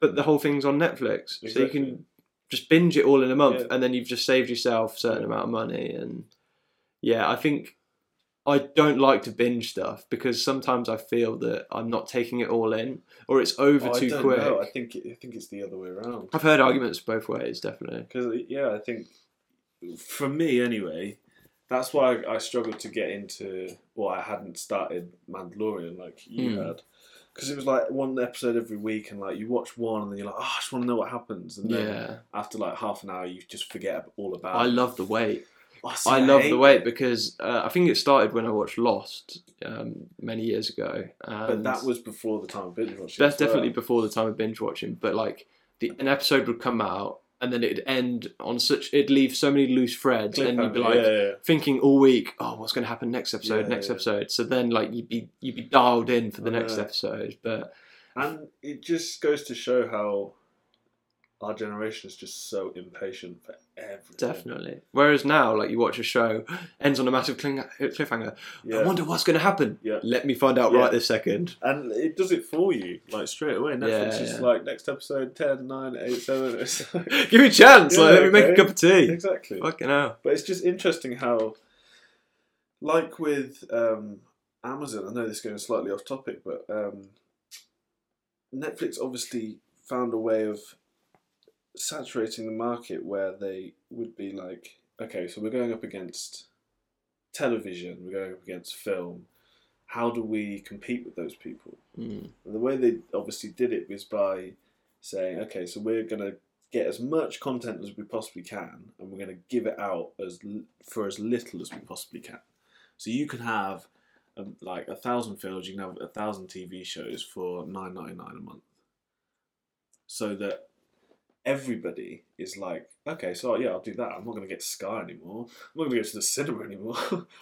Speaker 2: but the whole thing's on Netflix, so you
Speaker 1: Exactly.
Speaker 2: can just binge it all in a month,
Speaker 1: Yeah.
Speaker 2: and then you've just saved yourself a certain amount of money. And yeah, I think I don't like to binge stuff because sometimes I feel that I'm not taking it all in, or it's over
Speaker 1: Oh, I
Speaker 2: too
Speaker 1: don't
Speaker 2: quick.
Speaker 1: know. I think it, I think it's the other way around.
Speaker 2: I've heard arguments both ways, definitely.
Speaker 1: Because yeah, I think for me anyway, that's why I, I struggled to get into. Well, I hadn't started Mandalorian like you
Speaker 2: Mm.
Speaker 1: had, because it was like one episode every week, and like you watch one, and then you're like, oh, I just want to know what happens, and then
Speaker 2: Yeah,
Speaker 1: after like half an hour, you just forget all about.
Speaker 2: I
Speaker 1: it.
Speaker 2: love the wait.
Speaker 1: Oh, Uh, see,
Speaker 2: I love
Speaker 1: hate
Speaker 2: the wait because uh, I think it started when I watched Lost um, many years ago.
Speaker 1: But
Speaker 2: And
Speaker 1: that was before the time of binge watching.
Speaker 2: That's
Speaker 1: as well.
Speaker 2: definitely before the time of binge watching, but like the an episode would come out and then it'd end on such it'd leave so many loose threads and you'd be
Speaker 1: Cliffhanger,
Speaker 2: like
Speaker 1: yeah, yeah.
Speaker 2: thinking all week, oh what's gonna happen next episode,
Speaker 1: Yeah,
Speaker 2: next
Speaker 1: yeah.
Speaker 2: episode. So then like you'd be you'd be dialed in for the
Speaker 1: I
Speaker 2: next
Speaker 1: know.
Speaker 2: episode. But
Speaker 1: And it just goes to show how our generation is just so impatient for everything.
Speaker 2: definitely. Whereas now like you watch a show, ends on a massive cling- cliffhanger. I
Speaker 1: Yeah.
Speaker 2: wonder what's gonna happen.
Speaker 1: Yeah.
Speaker 2: Let me find out
Speaker 1: Yeah.
Speaker 2: right this second.
Speaker 1: And it does it for you, like straight away. Netflix
Speaker 2: Yeah,
Speaker 1: is
Speaker 2: yeah.
Speaker 1: like next episode 10, 9, 8, 7. It's like,
Speaker 2: Give me a chance,
Speaker 1: Yeah,
Speaker 2: like, let me make a
Speaker 1: okay.
Speaker 2: cup of tea.
Speaker 1: exactly.
Speaker 2: Fucking hell.
Speaker 1: But it's just interesting how, like with um, Amazon, I know this is going slightly off topic, but um, Netflix obviously found a way of saturating the market where they would be like, okay, so we're going up against television, we're going up against film. How do we compete with those people?
Speaker 2: Mm.
Speaker 1: And the way they obviously did it was by saying, okay, so we're going to get as much content as we possibly can, and we're going to give it out as l- for as little as we possibly can. So you can have um, like a thousand films, you can have a thousand TV shows for nine ninety nine a month, so that everybody is like, okay, so yeah, I'll do that. I'm not going to get Sky anymore. I'm not going to go to the cinema anymore.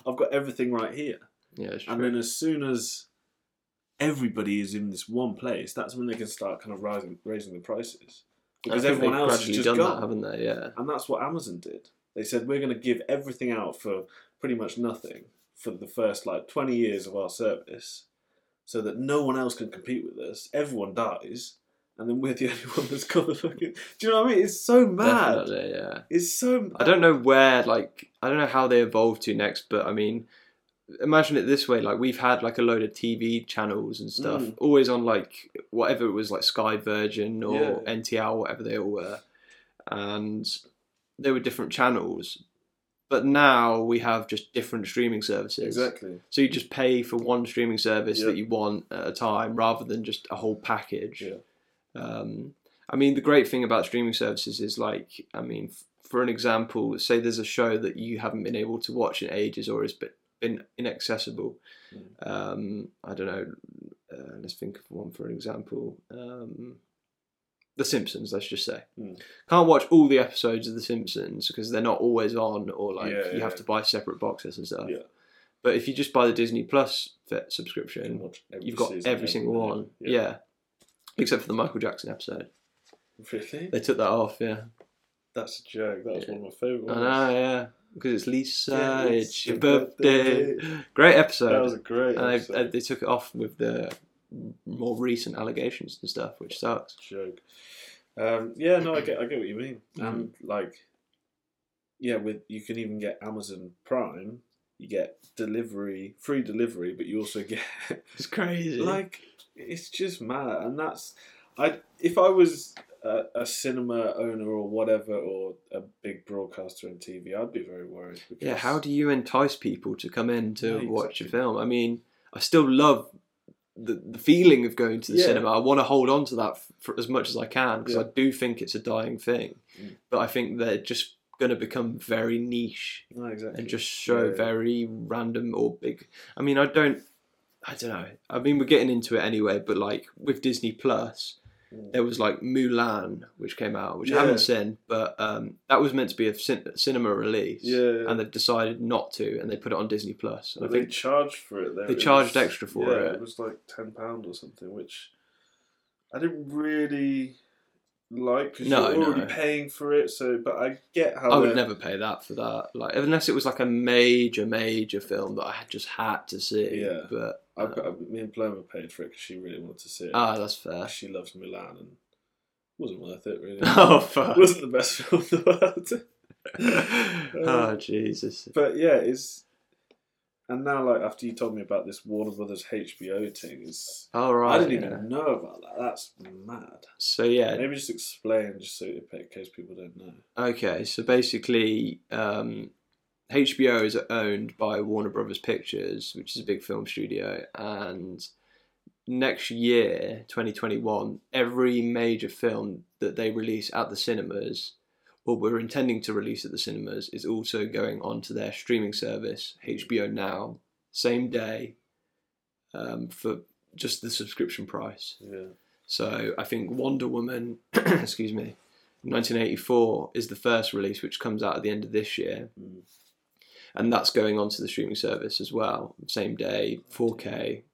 Speaker 1: I've got everything right here.
Speaker 2: Yeah, it's
Speaker 1: And
Speaker 2: true.
Speaker 1: then as soon as everybody is in this one place, that's when they can start kind of rising, raising the prices because
Speaker 2: I think
Speaker 1: everyone
Speaker 2: they've
Speaker 1: else has
Speaker 2: gradually
Speaker 1: just
Speaker 2: done
Speaker 1: gone.
Speaker 2: that, haven't they? Yeah.
Speaker 1: and that's what Amazon did. They said we're going to give everything out for pretty much nothing for the first like twenty years of our service, so that no one else can compete with us. Everyone dies, and then we're the only one that's got the fucking. Do you know what I mean? It's so mad.
Speaker 2: Definitely, yeah.
Speaker 1: It's so.
Speaker 2: I don't know where, like, I don't know how they evolve to next, but I mean, imagine it this way: like, we've had like a load of TV channels and stuff,
Speaker 1: Mm.
Speaker 2: always on like whatever it was, like Sky Virgin or
Speaker 1: Yeah.
Speaker 2: NTL, whatever they all were, and they were different channels. But now we have just different streaming services.
Speaker 1: Exactly.
Speaker 2: So you just pay for one streaming service
Speaker 1: Yeah.
Speaker 2: that you want at a time, rather than just a whole package.
Speaker 1: Yeah.
Speaker 2: Um, I mean, the great thing about streaming services is like, I mean, f- for an example, say there's a show that you haven't been able to watch in ages or has been, been inaccessible.
Speaker 1: Mm.
Speaker 2: Um, I don't know. Uh, let's think of one for an example. Um, the Simpsons, let's just say.
Speaker 1: Mm.
Speaker 2: Can't watch all the episodes of The Simpsons because they're not always on, or like
Speaker 1: Yeah,
Speaker 2: you have
Speaker 1: yeah.
Speaker 2: to buy separate boxes and stuff.
Speaker 1: Yeah.
Speaker 2: But if you just buy the Disney Plus fit
Speaker 1: You can
Speaker 2: subscription,
Speaker 1: watch every
Speaker 2: you've got
Speaker 1: season,
Speaker 2: every single one. Yeah. Except for the Michael Jackson episode.
Speaker 1: Really?
Speaker 2: They took that off, yeah.
Speaker 1: That's a joke. That was
Speaker 2: Yeah.
Speaker 1: one of my favourite
Speaker 2: I
Speaker 1: ones.
Speaker 2: know, yeah. Because it's
Speaker 1: Yeah,
Speaker 2: Lisa,
Speaker 1: it's
Speaker 2: it's your
Speaker 1: your
Speaker 2: birthday.
Speaker 1: birthday.
Speaker 2: Great
Speaker 1: That was a
Speaker 2: episode.
Speaker 1: great
Speaker 2: And
Speaker 1: episode.
Speaker 2: they, uh, they took it off with the more recent allegations and stuff, which sucks.
Speaker 1: joke. Um, yeah, no, I get, I get what you mean,
Speaker 2: Um,
Speaker 1: and like, yeah, with you can even get Amazon Prime, you get delivery, free delivery, but you also get
Speaker 2: It's crazy.
Speaker 1: like, it's just mad, and that's, I if I was a, a cinema owner or whatever, or a big broadcaster and TV, I'd be very worried. Because
Speaker 2: Yeah, how do you entice people to come in to
Speaker 1: Yeah,
Speaker 2: watch a
Speaker 1: exactly.
Speaker 2: film? I mean, I still love the, the feeling of going to the
Speaker 1: Yeah.
Speaker 2: cinema. I want to hold on to that f- for as much as I can because
Speaker 1: Yeah.
Speaker 2: I do think it's a dying thing.
Speaker 1: Mm.
Speaker 2: But I think they're just going to become very niche
Speaker 1: No, exactly.
Speaker 2: and just show
Speaker 1: Yeah.
Speaker 2: very random or big. I mean, I don't. I don't know. I mean, we're getting into it anyway, but like with Disney Plus,
Speaker 1: Mm.
Speaker 2: there was like Mulan, which came out, which I
Speaker 1: Yeah.
Speaker 2: haven't seen, but um, that was meant to be a cin- cinema release
Speaker 1: yeah, yeah.
Speaker 2: and they've decided not to, and they put it on Disney Plus. And
Speaker 1: But
Speaker 2: I
Speaker 1: they
Speaker 2: think
Speaker 1: charged for it. There.
Speaker 2: they
Speaker 1: It
Speaker 2: charged extra for
Speaker 1: yeah,
Speaker 2: it.
Speaker 1: It was like ten pound or something, which I didn't really like because
Speaker 2: No,
Speaker 1: you're already
Speaker 2: no.
Speaker 1: paying for it. So, but I get how
Speaker 2: I
Speaker 1: they're-
Speaker 2: would never pay that for that, like unless it was like a major, major film that I had just had to see.
Speaker 1: Yeah.
Speaker 2: But
Speaker 1: I, I, me and Paloma paid for it because she really wanted to see it.
Speaker 2: ah, that's fair.
Speaker 1: she loves Milan and wasn't worth it really.
Speaker 2: oh fuck.
Speaker 1: wasn't the best film in the world. Um,
Speaker 2: oh Jesus.
Speaker 1: but yeah, it's and now like after you told me about this Warner Brothers HBO thing, it's
Speaker 2: All right.
Speaker 1: I didn't
Speaker 2: yeah.
Speaker 1: even know about that. That's mad.
Speaker 2: So yeah,
Speaker 1: Maybe just explain just so in case people don't know.
Speaker 2: okay. So basically, um, HBO is owned by Warner Brothers Pictures, which is a big film studio, and next year, 2021, every major film that they release at the cinemas, or we're intending to release at the cinemas, is also going onto their streaming service, HBO Now, same day, um, for just the subscription price.
Speaker 1: Yeah.
Speaker 2: So I think Wonder Woman, excuse me, 1984 is the first release, which comes out at the end of this year,
Speaker 1: Mm.
Speaker 2: and that's going onto the streaming service as well, same day, 4K,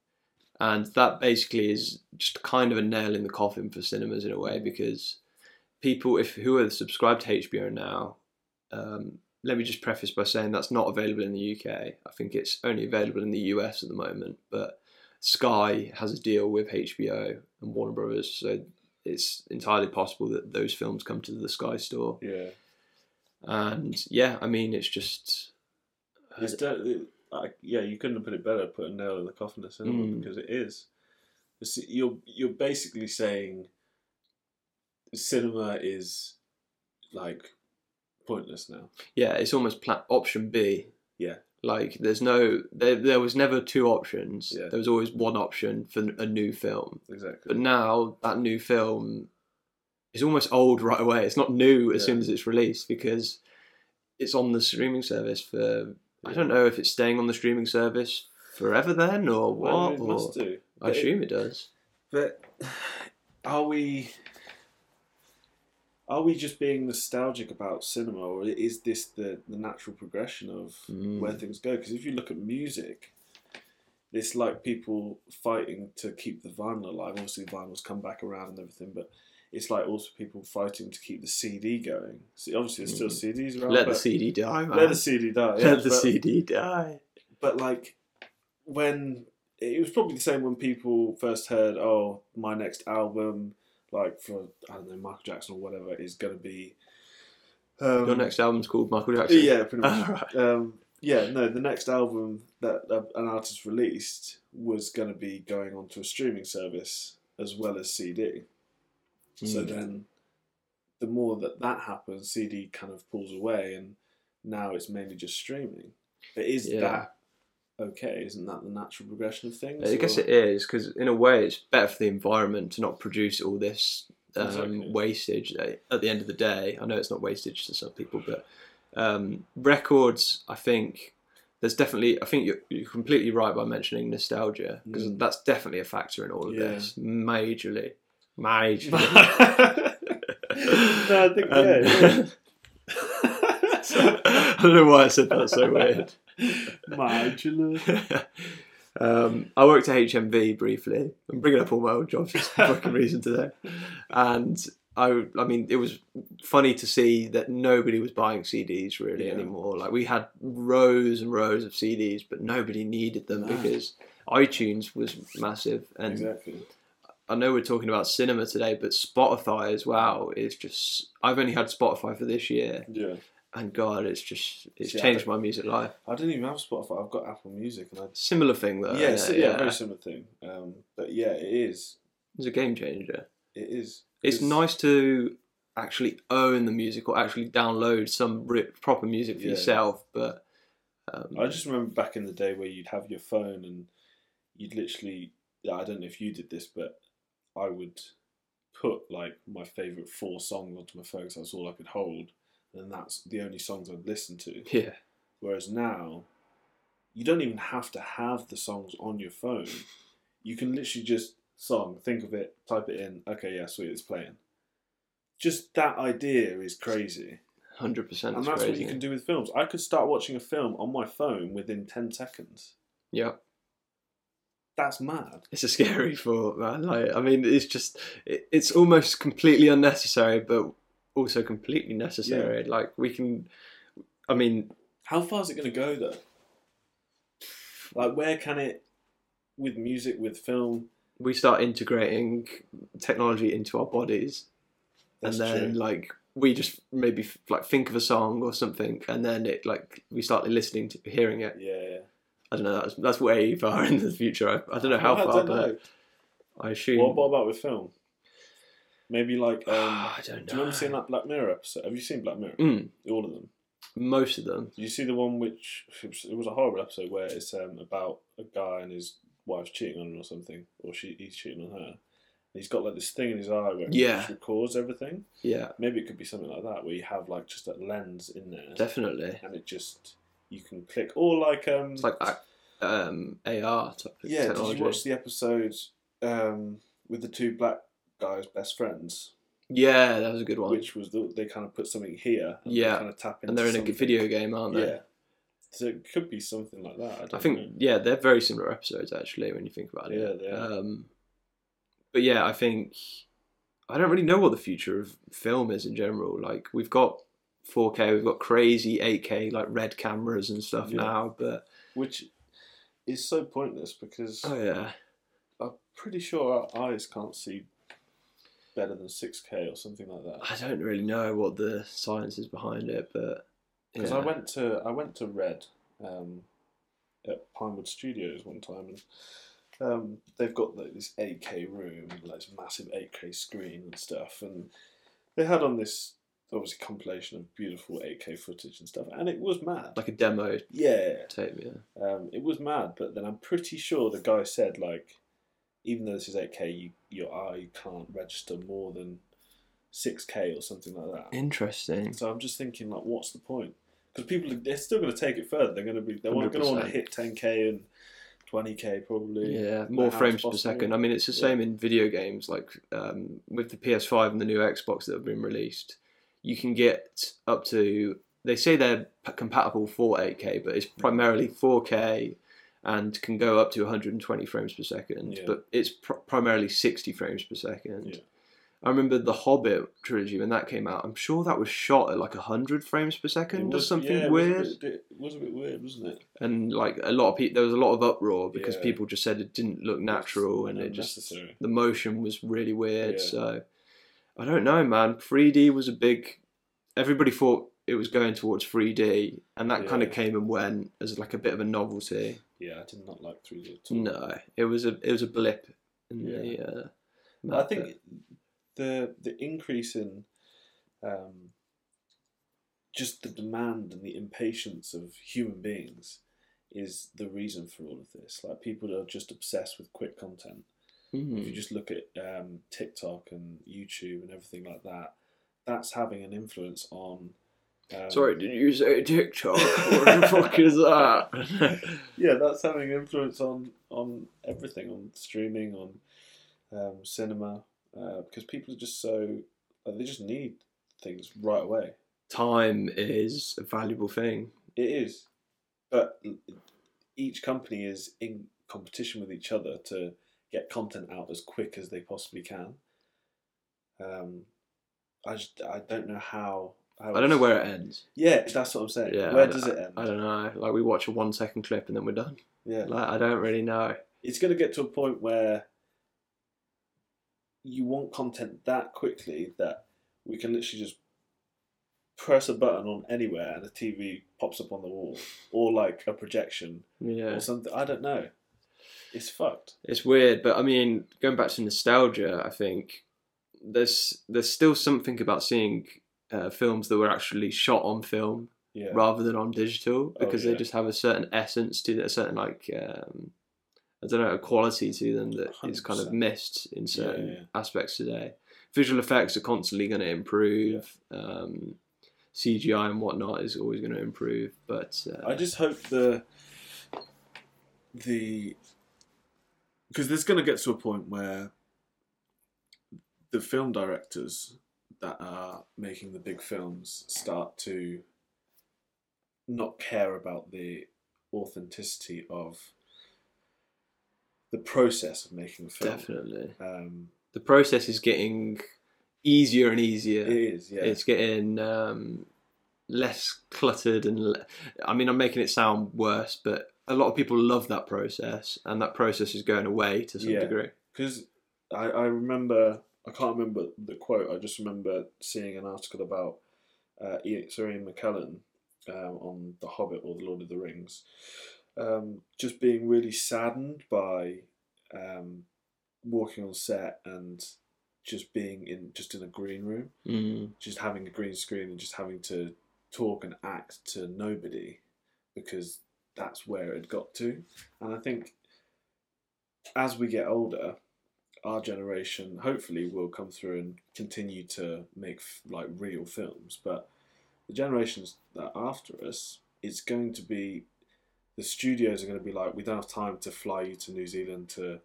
Speaker 2: and that basically is just kind of a nail in the coffin for cinemas in a way because people, if who are subscribed to HBO now, um, let me just preface by saying that's not available in the UK. I think it's only available in the US at the moment, but Sky has a deal with HBO and Warner Brothers, so it's entirely possible that those films come to the Sky store.
Speaker 1: Yeah.
Speaker 2: And yeah, I mean, it's just
Speaker 1: It's de- it, like, yeah, you couldn't have put it better. Put a nail in the coffin of cinema
Speaker 2: Mm.
Speaker 1: because it is. It's, you're you're basically saying cinema is like pointless now.
Speaker 2: yeah, it's almost pla- option B.
Speaker 1: Yeah.
Speaker 2: Like there's no there, there was never two options.
Speaker 1: Yeah.
Speaker 2: There was always one option for n- a new film. But
Speaker 1: Exactly.
Speaker 2: now that new film is almost old right away. It's not new as
Speaker 1: Yeah.
Speaker 2: soon as it's released because it's on the streaming service for I don't know if it's staying on the streaming service forever then or what.
Speaker 1: Well, it
Speaker 2: or-
Speaker 1: must do.
Speaker 2: I assume it does.
Speaker 1: But are we are we just being nostalgic about cinema, or is this the, the natural progression of
Speaker 2: Mm.
Speaker 1: where things go? Because if you look at music, it's like people fighting to keep the vinyl alive. Obviously, vinyl's come back around and everything, but it's like also people fighting to keep the CD going. So obviously, there's still CDs around.
Speaker 2: Mm. Let the
Speaker 1: Oh, but
Speaker 2: CD die, man.
Speaker 1: let the CD die. yeah,
Speaker 2: Let the
Speaker 1: but-
Speaker 2: CD die.
Speaker 1: but like when it was probably the same when people first heard oh my next album like for i don't know michael jackson or whatever is going to be um,
Speaker 2: Your next album's called Michael Jackson.
Speaker 1: yeah pretty much
Speaker 2: Alright.
Speaker 1: um, yeah no the next album that uh, an artist released was going to be going onto a streaming service as well as cd so
Speaker 2: Mm.
Speaker 1: then the more that that happens cd kind of pulls away and now it's mainly just streaming but is
Speaker 2: Yeah.
Speaker 1: that okay, isn't that the natural progression of things?
Speaker 2: I guess
Speaker 1: or-
Speaker 2: it is because in a way it's better for the environment to not produce all this um,
Speaker 1: Exactly.
Speaker 2: wastage. At at the end of the day, I know it's not wastage to some people, but um, records, I think there's definitely. I think you're, you're completely right by mentioning nostalgia because
Speaker 1: Mm.
Speaker 2: that's definitely a factor in all of
Speaker 1: Yeah.
Speaker 2: this, majorly, majorly.
Speaker 1: no, I think
Speaker 2: And-
Speaker 1: yeah.
Speaker 2: I don't know why I said that so weird.
Speaker 1: yeah. Modular.
Speaker 2: um, I worked at HMV briefly. I'm bringing up all my old jobs for some fucking reason today. And I, I mean, it was funny to see that nobody was buying CDs really
Speaker 1: Yeah.
Speaker 2: anymore. Like we had rows and rows of CDs, but nobody needed them
Speaker 1: No.
Speaker 2: because iTunes was massive. And
Speaker 1: Exactly.
Speaker 2: I know we're talking about cinema today, but Spotify as well is just. I've only had Spotify for this year,
Speaker 1: Yeah.
Speaker 2: and God, it's just it's
Speaker 1: See, I
Speaker 2: changed
Speaker 1: don't-
Speaker 2: my music life.
Speaker 1: I don't even have Spotify. I've got Apple Music, and I.
Speaker 2: Similar thing though.
Speaker 1: yeah, so, yeah,
Speaker 2: yeah.
Speaker 1: very similar thing. Um, but yeah, it is.
Speaker 2: It's a game changer.
Speaker 1: It is.
Speaker 2: It's
Speaker 1: It's-
Speaker 2: nice to actually own the music or actually download some ri proper music for
Speaker 1: Yeah.
Speaker 2: yourself. But um,
Speaker 1: I just remember back in the day where you'd have your phone and you'd literally. yeah, I don't know if you did this, but I would put like my favorite four songs onto my phone because that's all I could hold, and that's the only songs I'd listen to.
Speaker 2: yeah,
Speaker 1: Whereas now, you don't even have to have the songs on your phone. You can literally just song, think of it, type it in. Okay, yeah, sweet, it's playing. Just that idea is crazy,
Speaker 2: hundred percent.
Speaker 1: and that's what you can do with films. I could start watching a film on my phone within ten seconds.
Speaker 2: Yeah,
Speaker 1: That's mad.
Speaker 2: it's a scary thought, man. Like, I mean, it's just it, it's almost completely unnecessary, but also completely necessary. Like, we can. I mean,
Speaker 1: How far is it going to go though? Like, where can it, with music, with film?
Speaker 2: we start integrating technology into our bodies
Speaker 1: That's
Speaker 2: and then
Speaker 1: true.
Speaker 2: like we just maybe f- like think of a song or something and then it like we start listening to hearing it
Speaker 1: yeah, yeah.
Speaker 2: i don't know that's, that's way far into the future i, I don't know how
Speaker 1: I
Speaker 2: far
Speaker 1: don't
Speaker 2: but
Speaker 1: know.
Speaker 2: i assume
Speaker 1: What, what about with film? Maybe like um,
Speaker 2: i don't know
Speaker 1: Do you remember seeing that Black Mirror episode? Have you seen Black Mirror?
Speaker 2: Mm,
Speaker 1: All of them.
Speaker 2: most of them
Speaker 1: Did you see the one which it was, it was a horrible episode where it's um, about a guy and his wife's cheating on him or something, or she he's cheating on her. And he's got like this thing in his eye where it
Speaker 2: Yeah.
Speaker 1: just records everything.
Speaker 2: yeah
Speaker 1: Maybe it could be something like that where you have like just a lens in there
Speaker 2: definitely
Speaker 1: and it just you can click or like um
Speaker 2: it's like ac- um ar type of
Speaker 1: yeah.
Speaker 2: technology
Speaker 1: Did you watch the episode um with the two black guys best friends?
Speaker 2: yeah that was a good one
Speaker 1: which was the, they kind of put something here. And they
Speaker 2: Yeah.
Speaker 1: kind of tap into
Speaker 2: and they're in a
Speaker 1: something.
Speaker 2: good video game aren't they
Speaker 1: Yeah. So it could be something like that. I, don't
Speaker 2: I think
Speaker 1: know.
Speaker 2: yeah, they're very similar episodes actually when you think about it.
Speaker 1: Yeah, they are.
Speaker 2: Um, but yeah, I think I don't really know what the future of film is in general. Like we've got 4K, we've got crazy 8K like red cameras and stuff
Speaker 1: Yeah.
Speaker 2: now, but
Speaker 1: Which is so pointless because
Speaker 2: oh yeah,
Speaker 1: I'm pretty sure our eyes can't see better than 6K or something like that.
Speaker 2: I don't really know what the science is behind it, but
Speaker 1: Because
Speaker 2: yeah.
Speaker 1: I went to I went to Red um, at Pinewood Studios one time and. Um, they've got like, this 8K room, like this massive 8K screen and stuff, and they had on this obviously compilation of beautiful 8K footage and stuff, and it was mad.
Speaker 2: like a demo
Speaker 1: yeah,
Speaker 2: tape. Yeah,
Speaker 1: Um, it was mad, but then I'm pretty sure the guy said like, even though this is 8K, you, your eye can't register more than 6K or something like that.
Speaker 2: interesting.
Speaker 1: So I'm just thinking like, what's the point? Because people they're still going to take it further. They're going to be they're going to want to
Speaker 2: 100%.
Speaker 1: hit 10K and 20K probably.
Speaker 2: Yeah, more
Speaker 1: how
Speaker 2: frames
Speaker 1: it's
Speaker 2: per
Speaker 1: possible.
Speaker 2: second. I mean, it's the
Speaker 1: Yeah.
Speaker 2: same in video games, like um, with the PS5 and the new Xbox that have been released. You can get up to, they say they're p- compatible for 8K, but it's primarily 4K and can go up to 120 frames per second,
Speaker 1: Yeah.
Speaker 2: but it's pr- primarily 60 frames per second.
Speaker 1: Yeah.
Speaker 2: I remember the Hobbit trilogy when that came out. I'm sure that was shot at like 100 frames per
Speaker 1: It
Speaker 2: second
Speaker 1: was-
Speaker 2: or something
Speaker 1: yeah, it was a
Speaker 2: weird
Speaker 1: bit- It was a bit weird, wasn't it?
Speaker 2: and like a lot of people there was a lot of uproar because
Speaker 1: Yeah.
Speaker 2: people just said it didn't look natural and it just
Speaker 1: Unnecessary.
Speaker 2: the motion was really weird
Speaker 1: Yeah.
Speaker 2: so i don't know man 3d was a big everybody thought it was going towards 3d and that kind of
Speaker 1: Yeah.
Speaker 2: came and went as like a bit of a novelty
Speaker 1: Yeah, I did not like 3D at all.
Speaker 2: no it was a it was a blip in the uh,
Speaker 1: I
Speaker 2: map,
Speaker 1: think the the increase in um, just the demand and the impatience of human beings is the reason for all of this. Like people are just obsessed with quick content.
Speaker 2: but-
Speaker 1: If you
Speaker 2: Mm.
Speaker 1: just look at um, TikTok and YouTube and everything like that, that's having an influence on. Um,
Speaker 2: sorry did you say tiktok what the fuck is that
Speaker 1: yeah, that's having an influence on on everything, on streaming, on um, cinema, uh, because people are just so like, they just need things right away.
Speaker 2: time is a valuable thing
Speaker 1: It is, but each company is in competition with each other to get content out as quick as they possibly can. Um, I just I don't know how. how
Speaker 2: i don't know where it ends
Speaker 1: Yeah, that's what I'm saying.
Speaker 2: Yeah,
Speaker 1: where
Speaker 2: I-
Speaker 1: does it end?
Speaker 2: I don't know. Like we watch a one second clip and then we're done.
Speaker 1: Yeah.
Speaker 2: Like I don't really know.
Speaker 1: it's going to get to a point where you want content that quickly that we can literally just press a button on anywhere and the TV pops up on the wall or like a projection
Speaker 2: Yeah.
Speaker 1: or something. I don't know. It's fucked.
Speaker 2: It's weird, but I mean, going back to nostalgia, I think there's there's still something about seeing uh, films that were actually shot on film
Speaker 1: yeah, Oh,
Speaker 2: rather than on digital because
Speaker 1: yeah.
Speaker 2: they just have a certain essence to it, a certain like um, I don't know, a quality to them that is kind of
Speaker 1: 100%.
Speaker 2: missed in certain
Speaker 1: yeah.
Speaker 2: aspects today. Visual effects are constantly going to improve. Um, CGI and whatnot is always going to improve, but uh,
Speaker 1: I just hope the the because there's going to get to a point where the film directors that are making the big films start to not care about the authenticity of the process of making a film.
Speaker 2: definitely
Speaker 1: Um,
Speaker 2: the process is getting easier and easier.
Speaker 1: It is, yeah.
Speaker 2: it's getting um, less cluttered and le- i mean i'm making it sound worse but a lot of people love that process and that process is going away to some
Speaker 1: Yeah.
Speaker 2: degree
Speaker 1: because I, I remember I can't remember the quote. I just remember seeing an article about uh, Ian- Sir Ian McKellen um, on The Hobbit or The Lord of the Rings, um, just being really saddened by um, walking on set and just being in just in a green room,
Speaker 2: mm.
Speaker 1: just having a green screen and just having to talk and act to nobody because that's where it got to. And I think as we get older, our generation hopefully will come through and continue to make f- like real films, but the generations that are after us, it's going to be the studios are going to be like, we don't have time to fly you to New Zealand to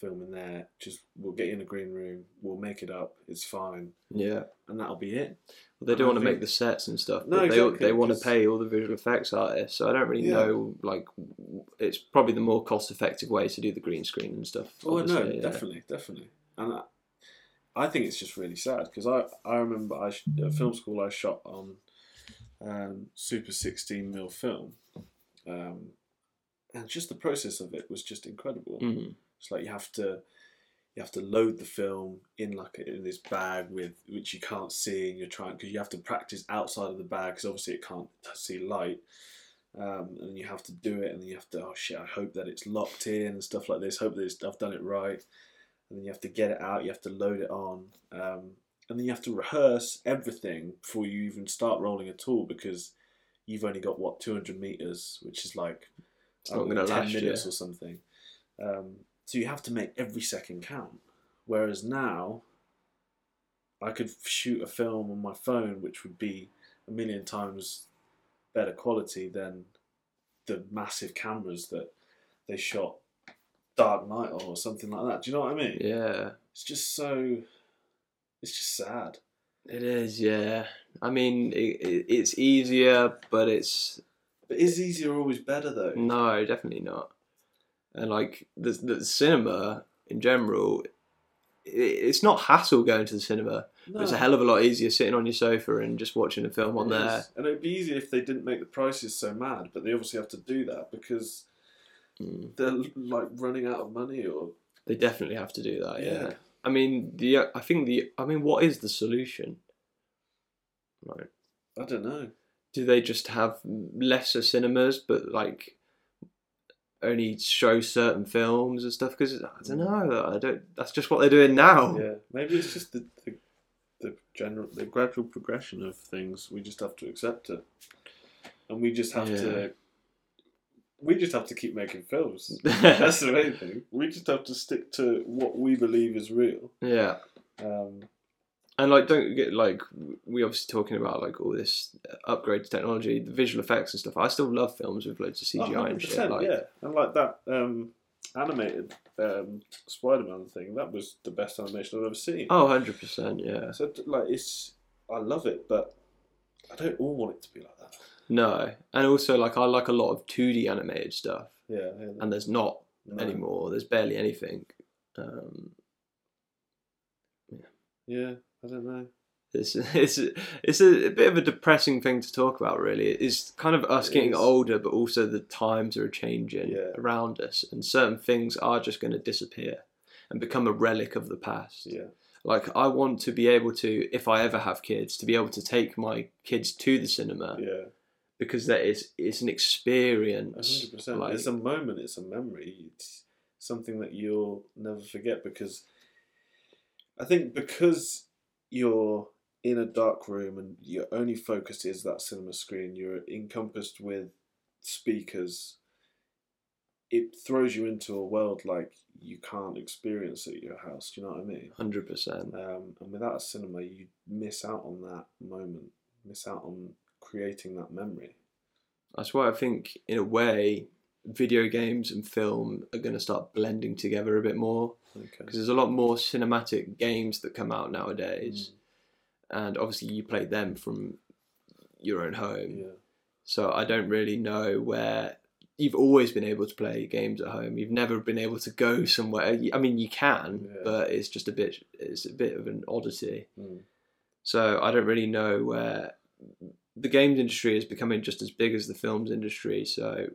Speaker 1: film in there. Just we'll get you in a green room, we'll make it up, it's fine,
Speaker 2: yeah
Speaker 1: and that'll be it.
Speaker 2: well, they
Speaker 1: And
Speaker 2: do
Speaker 1: I
Speaker 2: want to
Speaker 1: think-
Speaker 2: make the sets and stuff
Speaker 1: No,
Speaker 2: but
Speaker 1: exactly,
Speaker 2: they, they want to
Speaker 1: 'cause-
Speaker 2: pay all the visual effects artists so i don't really
Speaker 1: Yeah.
Speaker 2: know like w- it's probably the more cost effective way to do the green screen and stuff
Speaker 1: Oh no,
Speaker 2: obviously, yeah.
Speaker 1: definitely, definitely, and I, I think it's just really sad because I I remember I sh- at film school I shot on um, super sixteen mil film, um, and just the process of it was just incredible.
Speaker 2: Mm.
Speaker 1: It's like you have to you have to load the film in like a, in this bag with which you can't see and you're trying because you have to practice outside of the bag because obviously it can't t- see light. Um, and you have to do it, and then you have to. Oh shit! I hope that it's locked in and stuff like this. Hope that it's, I've done it right, and then you have to get it out. You have to load it on, um, and then you have to rehearse everything before you even start rolling at all because you've only got what 200 meters, which is like
Speaker 2: It's not
Speaker 1: um,
Speaker 2: gonna
Speaker 1: 10
Speaker 2: last,
Speaker 1: minutes or something. Um, so you have to make every second count. Whereas now, I could shoot a film on my phone, which would be a million times better quality than the massive cameras that they shot Dark Knight on or something like that. Do you know what I mean?
Speaker 2: yeah
Speaker 1: It's just so. It's just sad.
Speaker 2: it is yeah i mean it, it, it's easier but it's
Speaker 1: But is easier always better though?
Speaker 2: No, definitely not. And like the the cinema in general, i it's not hassle going to the cinema. But it's a
Speaker 1: No.
Speaker 2: hell of a lot easier sitting on your sofa and just watching a film on
Speaker 1: It
Speaker 2: there.
Speaker 1: is. And it'd be easier if they didn't make the prices so mad, but they obviously have to do that because
Speaker 2: Mm.
Speaker 1: they're like running out of money or
Speaker 2: They definitely have to do that. Yeah.
Speaker 1: Yeah.
Speaker 2: I mean the I think the I mean what is the solution? Right.
Speaker 1: I don't know.
Speaker 2: Do they just have lesser cinemas but like only show certain films and stuff? Because I don't know. I don't. That's just what they're doing now.
Speaker 1: Mm. Yeah, maybe it's just the, the the general the gradual progression of things. We just have to accept it, and we just have to we just have to keep making films. That's the main thing. We just have to stick to what we believe is real.
Speaker 2: yeah.
Speaker 1: Um,
Speaker 2: and like don't get like we obviously talking about like all this upgrade to technology the visual effects and stuff i still love films with loads of cgi and shit
Speaker 1: 100%,
Speaker 2: like
Speaker 1: yeah, and like that um, animated um, Spider-Man thing. That was the best animation I've ever seen.
Speaker 2: oh 100% yeah
Speaker 1: So like it's I love it, but I don't all want it to be like that.
Speaker 2: no and also like i like a lot of 2d animated stuff
Speaker 1: Yeah, I hear that.
Speaker 2: and there's not
Speaker 1: No.
Speaker 2: anymore there's barely anything um
Speaker 1: Yeah, I don't know.
Speaker 2: it's it's it's a, bit of a depressing thing to talk about really it's kind of us
Speaker 1: It
Speaker 2: getting
Speaker 1: is.
Speaker 2: older but also the times are changing
Speaker 1: Yeah.
Speaker 2: around us and certain things are just going to disappear and become a relic of the past
Speaker 1: Yeah,
Speaker 2: like i want to be able to if i ever have kids to be able to take my kids to the cinema
Speaker 1: yeah,
Speaker 2: because that is it's an experience
Speaker 1: hundred percent.
Speaker 2: like-
Speaker 1: It's a moment. It's a memory. It's something that you'll never forget because I think because you're in a dark room and your only focus is that cinema screen, you're encompassed with speakers. It throws you into a world like you can't experience at your house. Do you know what I mean?
Speaker 2: Hundred percent.
Speaker 1: Um, and without a cinema, you miss out on that moment, miss out on creating that memory.
Speaker 2: That's why I think, in a way, video games and film are going to start blending together a bit more
Speaker 1: Okay.
Speaker 2: because there's a lot more cinematic games that come out nowadays,
Speaker 1: Mm.
Speaker 2: and obviously you play them from your own home.
Speaker 1: Yeah.
Speaker 2: So I don't really know where you've always been able to play games at home. You've never been able to go somewhere. I mean, you can,
Speaker 1: Yeah.
Speaker 2: but it's just a bit. It's a bit of an oddity.
Speaker 1: Mm.
Speaker 2: So I don't really know where the games industry is becoming just as big as the films industry. So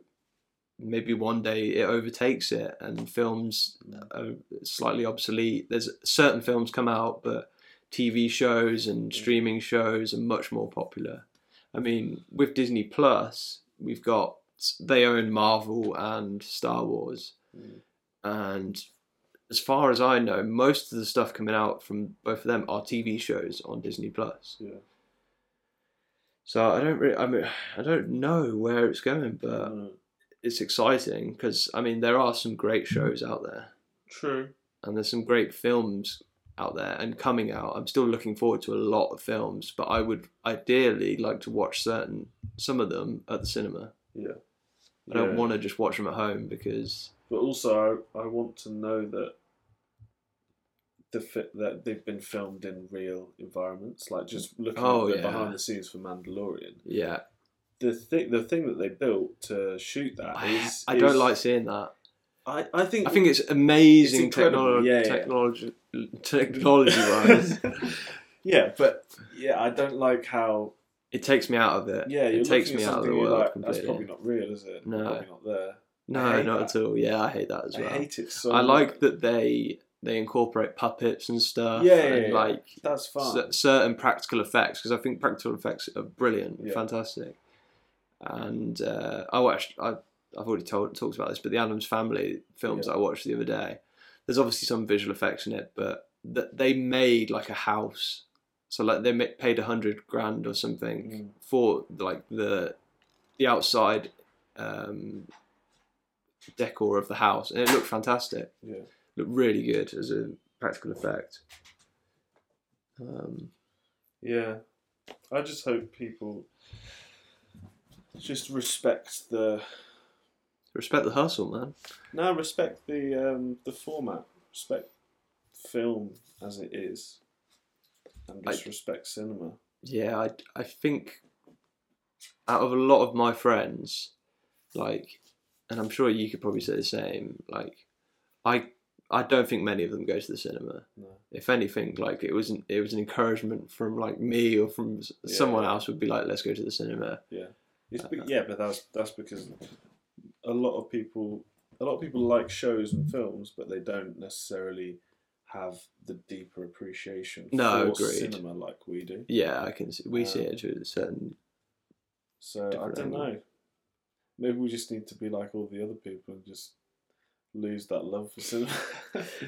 Speaker 2: maybe one day it overtakes it and films are slightly obsolete. There's certain films come out, but TV shows and streaming shows are much more popular. I mean, with Disney Plus, we've got they own Marvel and Star Wars,
Speaker 1: Mm.
Speaker 2: and as far as I know, most of the stuff coming out from both of them are TV shows on Disney Plus.
Speaker 1: Yeah.
Speaker 2: So I don't really, I mean, I don't know where it's going, but
Speaker 1: Mm.
Speaker 2: it's exciting because I mean there are some great shows out there
Speaker 1: True.
Speaker 2: and there's some great films out there and coming out. I'm still looking forward to a lot of films, but I would ideally like to watch certain some of them at the cinema. I don't
Speaker 1: Yeah.
Speaker 2: want to just watch them at home because
Speaker 1: But also, I, I want to know that the fi- that they've been filmed in real environments. Like just looking
Speaker 2: Oh,
Speaker 1: at the
Speaker 2: yeah.
Speaker 1: behind the scenes for Mandalorian,
Speaker 2: yeah,
Speaker 1: the thing the thing that they built to shoot that
Speaker 2: I,
Speaker 1: is
Speaker 2: I don't
Speaker 1: is-
Speaker 2: like seeing that.
Speaker 1: I, I think
Speaker 2: I think it's amazing
Speaker 1: It's
Speaker 2: technolo-
Speaker 1: incredible, yeah, yeah.
Speaker 2: technology technology wise.
Speaker 1: yeah, but yeah, I don't like how
Speaker 2: it takes me out of it.
Speaker 1: yeah you're
Speaker 2: it takes
Speaker 1: looking at
Speaker 2: me out of
Speaker 1: something
Speaker 2: the
Speaker 1: you're
Speaker 2: world
Speaker 1: like
Speaker 2: completely.
Speaker 1: that's probably not real, is it?
Speaker 2: No.
Speaker 1: probably not there. I
Speaker 2: no,
Speaker 1: hate
Speaker 2: not at all. Yeah, I hate that as
Speaker 1: I
Speaker 2: well.
Speaker 1: hate it so.
Speaker 2: I like
Speaker 1: much.
Speaker 2: that they they incorporate puppets and stuff.
Speaker 1: Yeah, yeah, yeah.
Speaker 2: and like
Speaker 1: that's fun.
Speaker 2: cer- certain practical effects because I think practical effects are brilliant,
Speaker 1: Yeah.
Speaker 2: fantastic. And uh, I watched. I, I've already told talked about this, but the Adams Family films
Speaker 1: Yeah.
Speaker 2: that I watched the other day. There's obviously some visual effects in it, but th- they made like a house. So like they ma- paid a hundred grand or something
Speaker 1: Mm.
Speaker 2: for like the the outside um, decor of the house, and it looked fantastic.
Speaker 1: Yeah.
Speaker 2: looked really good as a practical effect. Um,
Speaker 1: Yeah. I just hope people just respect the
Speaker 2: respect the hustle, man.
Speaker 1: no respect the um, the format, respect film as it is, and just
Speaker 2: Like-
Speaker 1: respect cinema.
Speaker 2: Yeah, I I think out of a lot of my friends, like, and I'm sure you could probably say the same. Like, I I don't think many of them go to the cinema.
Speaker 1: No.
Speaker 2: If anything, like it was an, it was an encouragement from like me or from s
Speaker 1: Yeah.
Speaker 2: someone else would be like, let's go to the cinema.
Speaker 1: It's
Speaker 2: Uh,
Speaker 1: be- yeah, but that's that's because a lot of people a lot of people like shows and films, but they don't necessarily have the deeper appreciation
Speaker 2: No,
Speaker 1: for
Speaker 2: agreed.
Speaker 1: cinema like we do.
Speaker 2: Yeah, I can see, we see
Speaker 1: Um,
Speaker 2: it to a certain.
Speaker 1: So I
Speaker 2: Different
Speaker 1: don't
Speaker 2: angle.
Speaker 1: know. Maybe we just need to be like all the other people and just lose that love for cinema.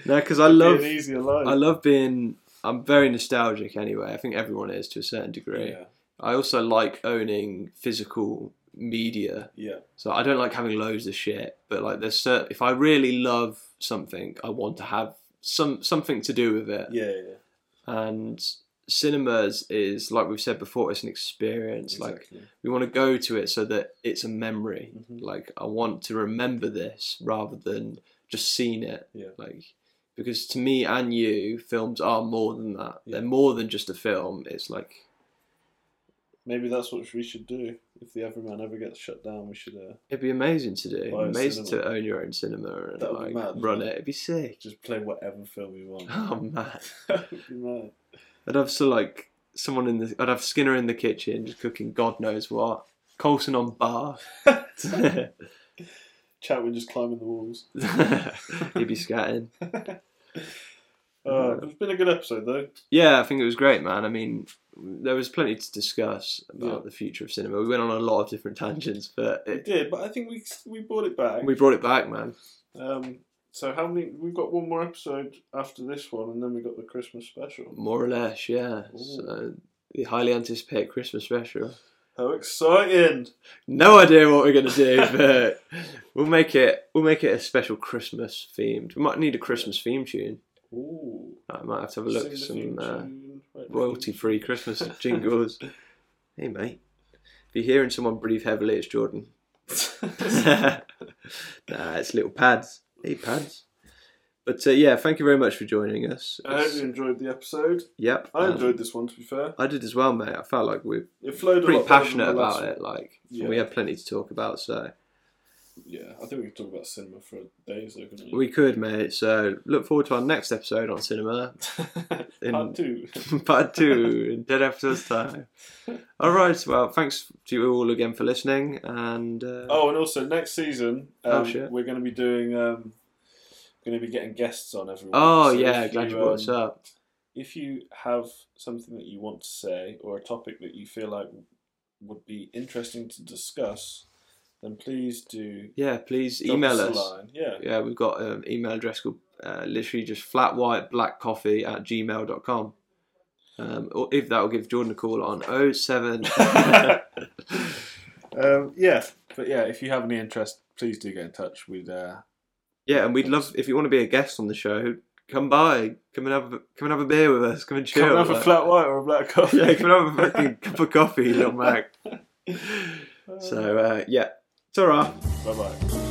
Speaker 2: No, because I love
Speaker 1: Be an easier life.
Speaker 2: I love being. I'm very nostalgic anyway. I think everyone is to a certain degree.
Speaker 1: Yeah,
Speaker 2: I also like owning physical media.
Speaker 1: yeah,
Speaker 2: So I don't like having loads of shit, but like there's certain, if I really love something, I want to have some something to do with it.
Speaker 1: yeah, yeah.
Speaker 2: And cinemas is like we've said before, it's an experience. Like
Speaker 1: exactly.
Speaker 2: we want to go to it so that it's a memory.
Speaker 1: Mhm.
Speaker 2: Like I want to remember this rather than just seeing it.
Speaker 1: Yeah.
Speaker 2: Like because to me and you, films are more than that.
Speaker 1: Yeah.
Speaker 2: They're more than just a film. It's like
Speaker 1: maybe that's what we should do. If the Everyman ever gets shut down, we should uh,
Speaker 2: It'd be amazing to do.
Speaker 1: Buy a
Speaker 2: amazing
Speaker 1: cinema.
Speaker 2: to own your own cinema and
Speaker 1: That would be
Speaker 2: like
Speaker 1: mad,
Speaker 2: run
Speaker 1: wouldn't
Speaker 2: it. It'd be sick.
Speaker 1: just play whatever film we want.
Speaker 2: Oh man,
Speaker 1: That would be mad.
Speaker 2: I'd have so like someone in the. I'd have Skinner in the kitchen just cooking God knows what. Colson on bar.
Speaker 1: Chatwin just climbing the walls.
Speaker 2: He'd be scatting.
Speaker 1: Uh, It's been a good episode though.
Speaker 2: Yeah, I think it was great, man. I mean, there was plenty to discuss about
Speaker 1: Yeah.
Speaker 2: the future of cinema. We went on a lot of different tangents, but
Speaker 1: It
Speaker 2: it,
Speaker 1: did, but I think we we brought it back.
Speaker 2: we brought it back, man.
Speaker 1: Um, So how many? We've got one more episode after this one, and then we got the Christmas special.
Speaker 2: More or less, yeah. So the highly anticipated Christmas special.
Speaker 1: How exciting!
Speaker 2: No idea what we're gonna do, but we'll make it. We'll make it a special Christmas themed. We might need a Christmas theme tune.
Speaker 1: Ooh,
Speaker 2: I might have to have a look
Speaker 1: Sing
Speaker 2: for
Speaker 1: the
Speaker 2: some
Speaker 1: theme
Speaker 2: uh,
Speaker 1: tune. Wait,
Speaker 2: royalty-free Christmas jingles. hey, mate. If you're hearing someone breathe heavily, it's Jordan. nah, it's little pads. Hey, pads. But uh, yeah, thank you very much for joining us.
Speaker 1: I hope you enjoyed the episode.
Speaker 2: Yep,
Speaker 1: I
Speaker 2: um,
Speaker 1: enjoyed this one, to be fair.
Speaker 2: I did as well, mate. I felt like we
Speaker 1: It flowed
Speaker 2: were
Speaker 1: a
Speaker 2: pretty
Speaker 1: lot better than
Speaker 2: passionate
Speaker 1: the last
Speaker 2: about it. Like
Speaker 1: Yeah.
Speaker 2: we had plenty to talk about, so
Speaker 1: one. Yeah, I think we could talk about cinema for days, though, couldn't we?
Speaker 2: we could, mate. So look forward to our next episode on cinema, in-
Speaker 1: Part two.
Speaker 2: part two, in dead episodes time. All right. Well, thanks to you all again for listening, and uh,
Speaker 1: Oh, and also next season, um,
Speaker 2: Oh, shit.
Speaker 1: we're going to be doing. Um, going to be getting guests on every. week.
Speaker 2: oh
Speaker 1: So
Speaker 2: yeah,
Speaker 1: if
Speaker 2: glad
Speaker 1: you,
Speaker 2: you brought
Speaker 1: um,
Speaker 2: us up.
Speaker 1: If you have something that you want to say or a topic that you feel like would be interesting to discuss, then please do
Speaker 2: Yeah, please
Speaker 1: drop
Speaker 2: email
Speaker 1: a
Speaker 2: us.
Speaker 1: line. Yeah.
Speaker 2: Yeah, we've got an email address called uh, literally just flatwhiteblackcoffee at gmail.com. Um, or if that will give Jordan a call on 07.
Speaker 1: um, yeah, but yeah, if you have any interest, please do get in touch. We'd uh,
Speaker 2: yeah, and we'd love, if you want to be a guest on the show, come by. Come and have, a- come and have a beer with us. Come and chill.
Speaker 1: come have a
Speaker 2: like-
Speaker 1: flat white or a black coffee.
Speaker 2: Yeah, come and have a fucking cup of coffee, little Mac. So, uh, yeah. Ta-ra.
Speaker 1: Bye bye.